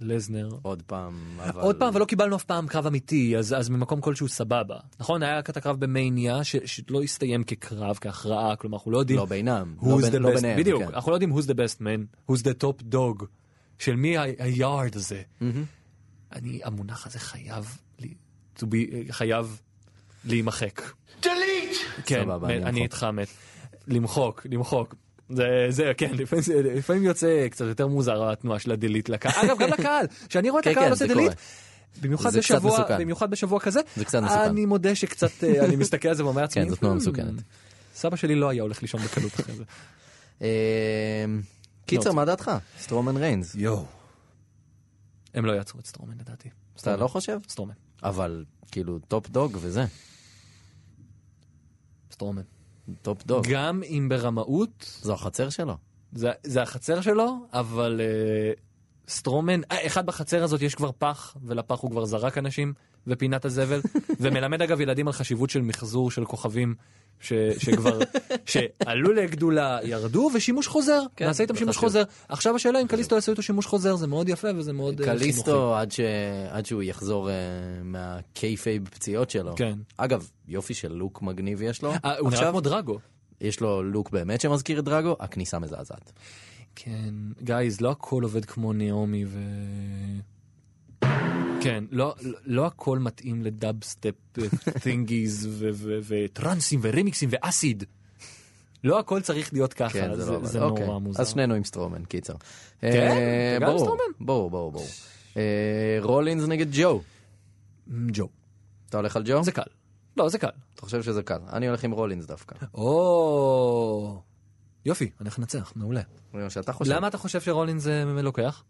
לזנר.
עוד פעם, אבל...
עוד פעם ולא קיבלנו אף פעם קרב אמיתי אז אז ממקום כלשהו סבבה נכון היה את הקרב במאניה ש- שלא הסתיים כקרב כהכרעה כלומר אנחנו לא יודעים
לא בינם.
who's
לא
the
בין- לא
best-
ביניהם,
בדיוק,
כן.
אנחנו לא יודעים who's the best man, who's the top dog, של מי ה- היארד הזה.
Mm-hmm.
אני, המונח הזה חייב, לי- to be- חייב להימחק. כן,
סבבה,
מ-
אני
אני
אמחוק.
איתך מת. למחוק, למחוק. זה, זה, כן, לפעמים, זה- לפעמים יוצא קצת יותר מוזר התנועה של הדלית לקהל. אגב, גם
<laughs>
לקהל, כשאני רואה את
כן,
הקהל
כן,
עושה
זה
דלית,
קורה.
במיוחד
זה קצת
בשבוע,
מסוכן.
במיוחד בשבוע כזה,
זה קצת מסוכן.
אני מודה שקצת, אה, אני מסתכל על זה ואומר לעצמי,
כן, זו תנועה
"Hmm,
מסוכנת.
סבא שלי לא היה הולך לישון בקלות אחרי זה.
אמ, קיצר,
נו.
מה דעתך? סטרומן ריינס.
יואו. הם לא יעצרו את סטרומן לדעתי.
אתה לא חושב?
סטרומן.
אבל כאילו טופ דוג וזה,
סטרומן.
טופ דוג.
גם אם ברמאות,
זו החצר שלו.
זה, זה החצר שלו, אבל אה, סטרומן, אה, אחד בחצר הזאת יש כבר פח, ולפח הוא כבר זרק אנשים, ופינת <laughs> הזבל, ומלמד אגב ילדים על חשיבות של מחזור של כוכבים. ש, <laughs> שכבר, שעלו לגדולה, ירדו, ושימוש חוזר.
כן,
נעשה איתם
זה
שימוש
חשוב.
חוזר. עכשיו השאלה אם קליסטו יעשו איתו שימוש חוזר, זה מאוד יפה וזה מאוד אה, חינוכי.
קליסטו עד, ש... עד שהוא יחזור uh, מהקייפייב פציעות שלו.
כן.
אגב, יופי של לוק מגניב יש לו.
אה, הוא נראה כמו דרגו.
יש לו לוק באמת שמזכיר את דרגו, הכניסה מזעזעת.
כן, גייז, לא הכל עובד כמו נעמי ו... כן, לא, לא הכל מתאים לדאב סטפ תינגיז וטרנסים ורמיקסים ואסיד. לא הכל צריך להיות ככה,
כן,
אה, זה,
זה, לא
זה
עבד.
נורא
אוקיי.
מוזר.
אז שנינו עם סטרומן, קיצר. אה,
אתה גם עם
ברור,
סטרומן?
ברור, ברור, ברור. אה, רולינס נגד ג'ו.
ג'ו.
אתה הולך על ג'ו?
זה קל. Mm, לא, זה קל.
אתה חושב שזה קל. אני הולך עם רולינס דווקא.
או... יופי, אני הולך לנצח, מעולה.
זה מה שאתה חושב.
למה אתה חושב שרולינס אה, לוקח?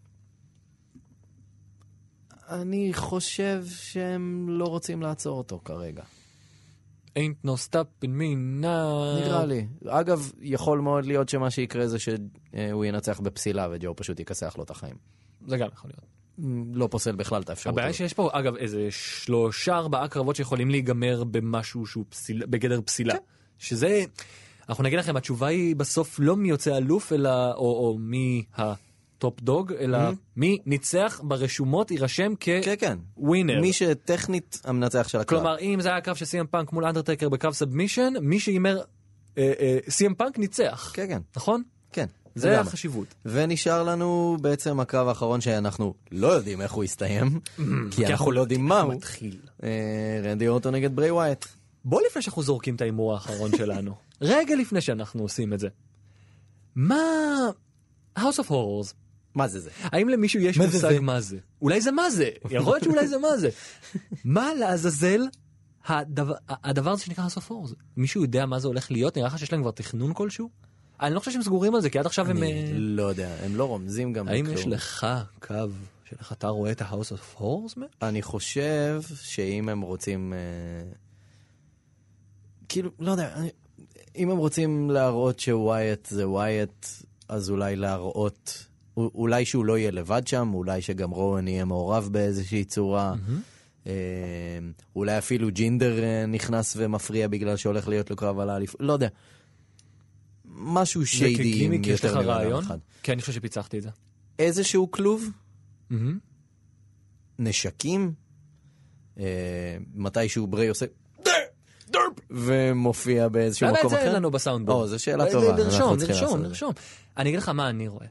אני חושב שהם לא רוצים לעצור אותו כרגע.
אה. ain't no stop in me now.
נראה לי. אגב, יכול מאוד להיות שמה שיקרה זה שהוא ינצח בפסילה וג'ו פשוט יכסח לו את החיים.
זה גם יכול להיות.
לא פוסל בכלל את האפשרות
הבעיה
הזאת.
שיש פה, אגב, איזה שלושה ארבעה קרבות שיכולים להיגמר במשהו שהוא פסיל, בגדר פסילה.
כן.
שזה, אנחנו נגיד לכם, התשובה היא בסוף לא מי יוצא אלוף, אלא, או, או מי הטופ דוג, אלא מי ניצח ברשומות יירשם
כן, כן.
כווינר.
מי שטכנית המנצח של הקרב.
כלומר, אם זה היה הקרב של סי.אם פאנק מול אנדרטקר בקרב סאבמישן, מי אה, שהימר סי.אם פאנק ניצח.
כן, כן.
נכון?
כן.
זה
לגמרי.
החשיבות.
ונשאר לנו בעצם הקרב האחרון שאנחנו לא יודעים איך
<clears throat>
הוא יסתיים, כי אנחנו
אנחנו
לא יודעים מה הוא.
מתחיל.
אה, רנדי אורטון נגד ברי ווייט.
בוא לפני שאנחנו זורקים את ההימור
<laughs>
האחרון שלנו, רגע לפני שאנחנו עושים את זה. מה... House of Horrors,
מה זה זה?
האם למישהו יש
מה זה
מושג
זה?
מה זה? אולי זה מה
<laughs>
זה, יכול להיות שאולי זה מה זה. מה לעזאזל הדבר, הדבר הזה שנקרא House of Horrors? מישהו יודע מה זה הולך להיות? נראה לך שיש להם כבר תכנון כלשהו? אני לא חושב שהם סגורים על זה, כי עד עכשיו הם...
אני
אה,
לא יודע, הם לא רומזים גם.
האם
בכלום.
יש לך קו של איך אתה רואה את ה-House of Horrors? מה?
אני חושב שאם הם רוצים... אה, כאילו, לא יודע, אני- אם הם רוצים להראות שווייט זה ווייט, אז אולי להראות... א- אולי שהוא לא יהיה לבד שם, אולי שגם רון יהיה מעורב באיזושהי צורה. אה, אולי אפילו ג'ינדר אה, נכנס ומפריע בגלל שהולך להיות לו קרב על האליפות, לא יודע. משהו שיידי עם
וקיקימיק, יש לך
יותר מבן אדם
רעיון?
אחד.
כן, אני חושב שפיצחתי את זה.
איזשהו כלוב,
מהמם.
נשקים, אה, מתישהו ברי עושה דרפ ומופיע באיזשהו
למה את
מקום
זה
אחר.
אין לנו בסאונדבורד? אה,
או, זו שאלה טובה, אנחנו
נרשום,
צריכים לעשות
נרשום,
את זה.
נרשום. אני אגיד לך מה אני רואה.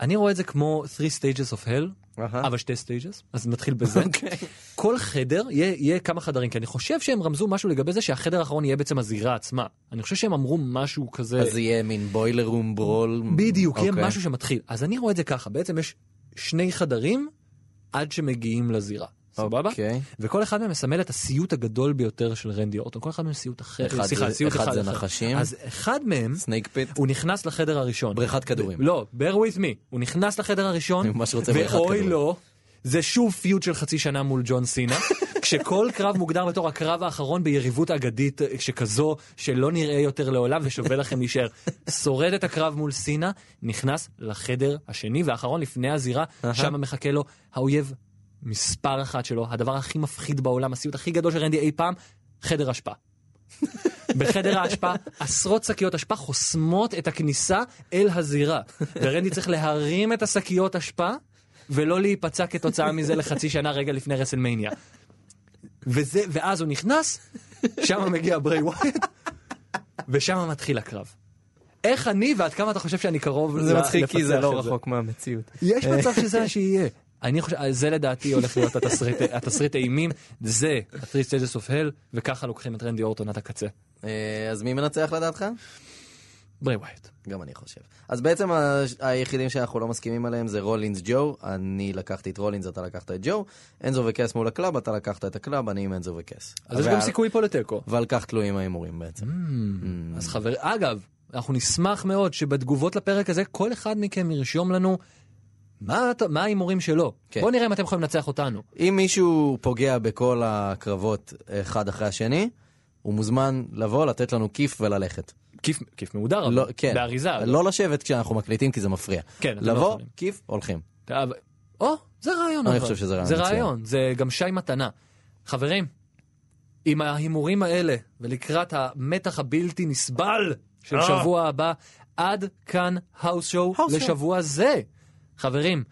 אני רואה את זה כמו 3 stages of hell,
אהה.
אבל שתי stages, אז נתחיל בזה.
אוקיי.
כל חדר, יהיה יהיה כמה חדרים, כי אני חושב שהם רמזו משהו לגבי זה שהחדר האחרון יהיה בעצם הזירה עצמה. אני חושב שהם אמרו משהו כזה...
אז יהיה מין בוילר רום ברול.
אה, בדיוק, יהיה
אוקיי.
משהו שמתחיל. אז אני רואה את זה ככה, בעצם יש שני חדרים עד שמגיעים לזירה. סבבה?
אוקיי.
וכל אחד מהם מסמל את הסיוט הגדול ביותר של רנדי אורטון, כל אחד מהם סיוט אחר.
אחד
כן, סליחה,
זה-
סיוט
אחד זה
אחר.
נחשים.
אז אוקיי. אחד מהם,
סנייק פיט.
הוא נכנס לחדר הראשון.
בריכת כדורים.
לא, bear with me, הוא נכנס לחדר
<laughs>
הראשון,
אני ממש רוצה בריכת
ואוי
כדורים.
לו, זה שוב פיוט של חצי שנה מול ג'ון סינה, כשכל קרב מוגדר בתור הקרב האחרון ביריבות אגדית אה, שכזו, שלא נראה יותר לעולם ושווה לכם להישאר. שורד את הקרב מול סינה, נכנס לחדר השני והאחרון לפני הזירה, שם מחכה לו האויב מספר אחת שלו, הדבר הכי מפחיד בעולם, הסיוט הכי גדול של רנדי אי פעם, חדר אשפה. בחדר האשפה עשרות שקיות אשפה חוסמות את הכניסה אל הזירה. ורנדי צריך להרים את השקיות אשפה ולא להיפצע כתוצאה מזה לחצי שנה רגע לפני רסלמניה. וזה, ואז הוא נכנס, שם מגיע ברי ווייט, ושם מתחיל הקרב. איך אני ועד כמה אתה חושב שאני קרוב
זה
ל-
מצחיק כי זה
לפצח
לא
את
רחוק מהמציאות.
יש
<laughs>
מצב שזה מה שיהיה. אני חושב, זה לדעתי הולך להיות התסריט, התסריט אימים, זה התסריט סטייג'ס אוף הל, וככה לוקחים את רנדי אורטון עד הקצה.
אה, אז מי מנצח לדעתך?
ברי ווייט.
גם אני חושב. אז בעצם ה- היחידים שאנחנו לא מסכימים עליהם זה רולינס ג'ו, אני לקחתי את רולינס, אתה לקחת את ג'ו, אנזו וקס מול הקלאב, אתה לקחת את הקלאב, אני עם אנזו וקס.
אז יש גם סיכוי פה לתיקו.
ועל כך תלויים ההימורים בעצם.
אז חבר, אגב, אנחנו נשמח מאוד שבתגובות לפרק הזה כל אחד מכם ירשום לנו מה אתה- מה ההימורים שלו.
כן.
בואו נראה אם אתם יכולים לנצח אותנו.
אם מישהו פוגע בכל הקרבות אחד אחרי השני, הוא מוזמן לבוא, לתת לנו כיף וללכת.
כיף- כיף מהודר,
לא,
אבל,
כן.
באריזה.
לא לשבת כשאנחנו מקליטים כי זה מפריע.
כן, אתם לא
לבוא,
יכולים.
כיף, הולכים.
אבל- או, זה רעיון.
אני
אבל.
חושב שזה רעיון
זה
מצוין.
רעיון, זה גם שי מתנה. חברים, עם ההימורים האלה, ולקראת המתח הבלתי נסבל של שבוע הבא, עד כאן האוס שואו לשבוע זה. חברים,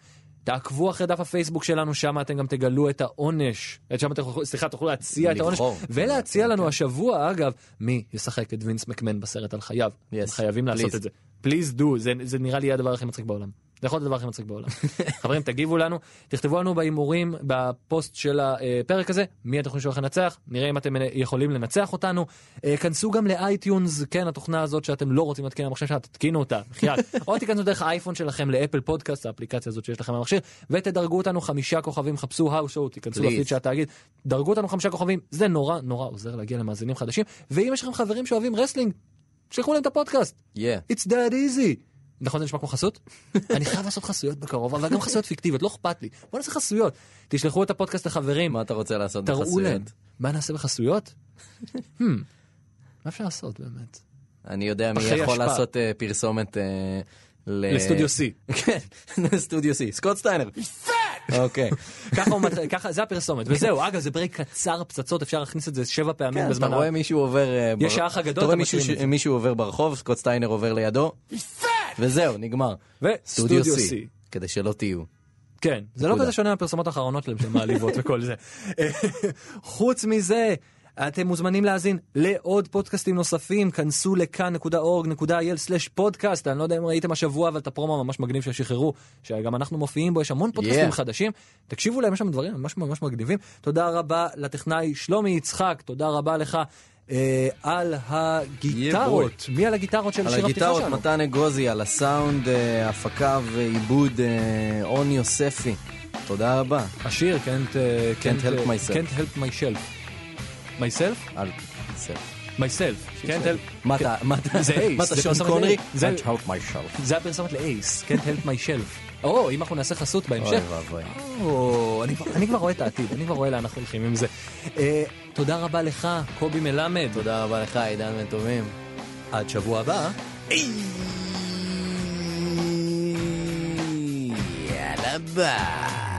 תעקבו אחרי דף הפייסבוק שלנו, שם אתם גם תגלו את העונש. את שם אתם, יכולו- סליחה, תוכלו להציע את העונש.
לבחור. כן.
ולהציע לנו השבוע, אגב, מי ישחק את וינס מקמן בסרט על חייו.
Yes,
אתם חייבים
please.
לעשות את זה. פליז דו, זה נראה לי הדבר הכי מצחיק בעולם. זה יכול להיות הדבר הכי מצחיק בעולם. <laughs> חברים תגיבו לנו, תכתבו לנו בהימורים בפוסט של הפרק הזה, מי אתם חושבים שהולך לנצח, נראה אם אתם יכולים לנצח אותנו. אה, כנסו גם לאייטיונס, כן התוכנה הזאת שאתם לא רוצים להתקין למחשב שלה, תתקינו אותה, בחייאת. או תיכנסו דרך האייפון שלכם לאפל פודקאסט, האפליקציה הזאת שיש לכם במכשיר, ותדרגו אותנו חמישה כוכבים, חפשו האוס שואו, תיכנסו
Please.
לפיד של התאגיד, דרגו אותנו חמישה כוכבים, זה נורא נורא עוזר להגיע למאזינים חדשים, ואם יש לכם חברים שאוהבים רסלינג, שלחו להם את הפודקאסט.
Yeah.
It's that easy. נכון זה נשמע כמו חסות? אני חייב לעשות חסויות בקרוב, אבל גם חסויות פיקטיביות, לא אכפת לי. בוא נעשה חסויות. תשלחו את הפודקאסט לחברים,
מה אתה רוצה לעשות
תראו להם.
בחסויות?
מה נעשה בחסויות? Hmm. מה אפשר לעשות באמת?
אני יודע מי
אחרי
יכול
השפעה.
לעשות אה, פרסומת אה, ל-
לסטודיו C.
כן, לסטודיו C. סקוט סטיינר. אוקיי.
ככה הוא מתחיל, ככה זה הפרסומת וזהו אגב זה פרק קצר פצצות אפשר להכניס את זה שבע פעמים
כן, אתה
בזמן. ה-
רואה מישהו עובר... אה,
לא- יש
בר-
האח הגדול,
אתה רואה
אתה
מישהו
מתאים
ש-
לזה.
מישהו עובר ברחוב, סקוט סטיינר עובר לידו, וזהו, נגמר.
וסטודיו C.
כדי שלא תהיו.
כן, זה לא
נקודה.
כזה שונה מהפרסומות האחרונות שלהם של מעליבות וכל זה. <laughs> חוץ מזה, אתם מוזמנים להאזין לעוד פודקאסטים נוספים, כנסו לכאן.org.il/פודקאסט, אני לא יודע אם ראיתם השבוע, אבל את הפרומו הממש מגניב ששחררו, שגם אנחנו מופיעים בו, יש המון פודקאסטים
Yeah.
חדשים, תקשיבו להם, יש שם דברים ממש ממש מגניבים. תודה רבה לטכנאי שלומי יצחק, תודה רבה לך. אה, על הגיטרות, מי על הגיטרות של
על
שיר הפתיחה
הגיטרות,
שלנו?
מתן אגוזי, על הסאונד, אה, הפקה ועיבוד, אה, און יוספי. תודה רבה.
השיר can't, uh,
Can't help myself.
can't help myself. myself?
על... בסדר.
myself. can't help.
מה אתה, מה אתה,
כן. זה אייס,
מה אתה
זה
שון
פרסומת
קונרי?
לאייס. זה-
Can't help myself.
זה הפרסומת לאייס. can't help myself. <laughs> או, אם אנחנו נעשה חסות
אוי
בהמשך.
ואבוי.
או, אני כבר- אני כבר רואה את העתיד, אני כבר רואה לאן אנחנו הולכים עם זה. אה, תודה רבה לך, קובי מלמד.
תודה רבה לך, עידן בן טובים.
עד שבוע הבא.
יאללה ביי.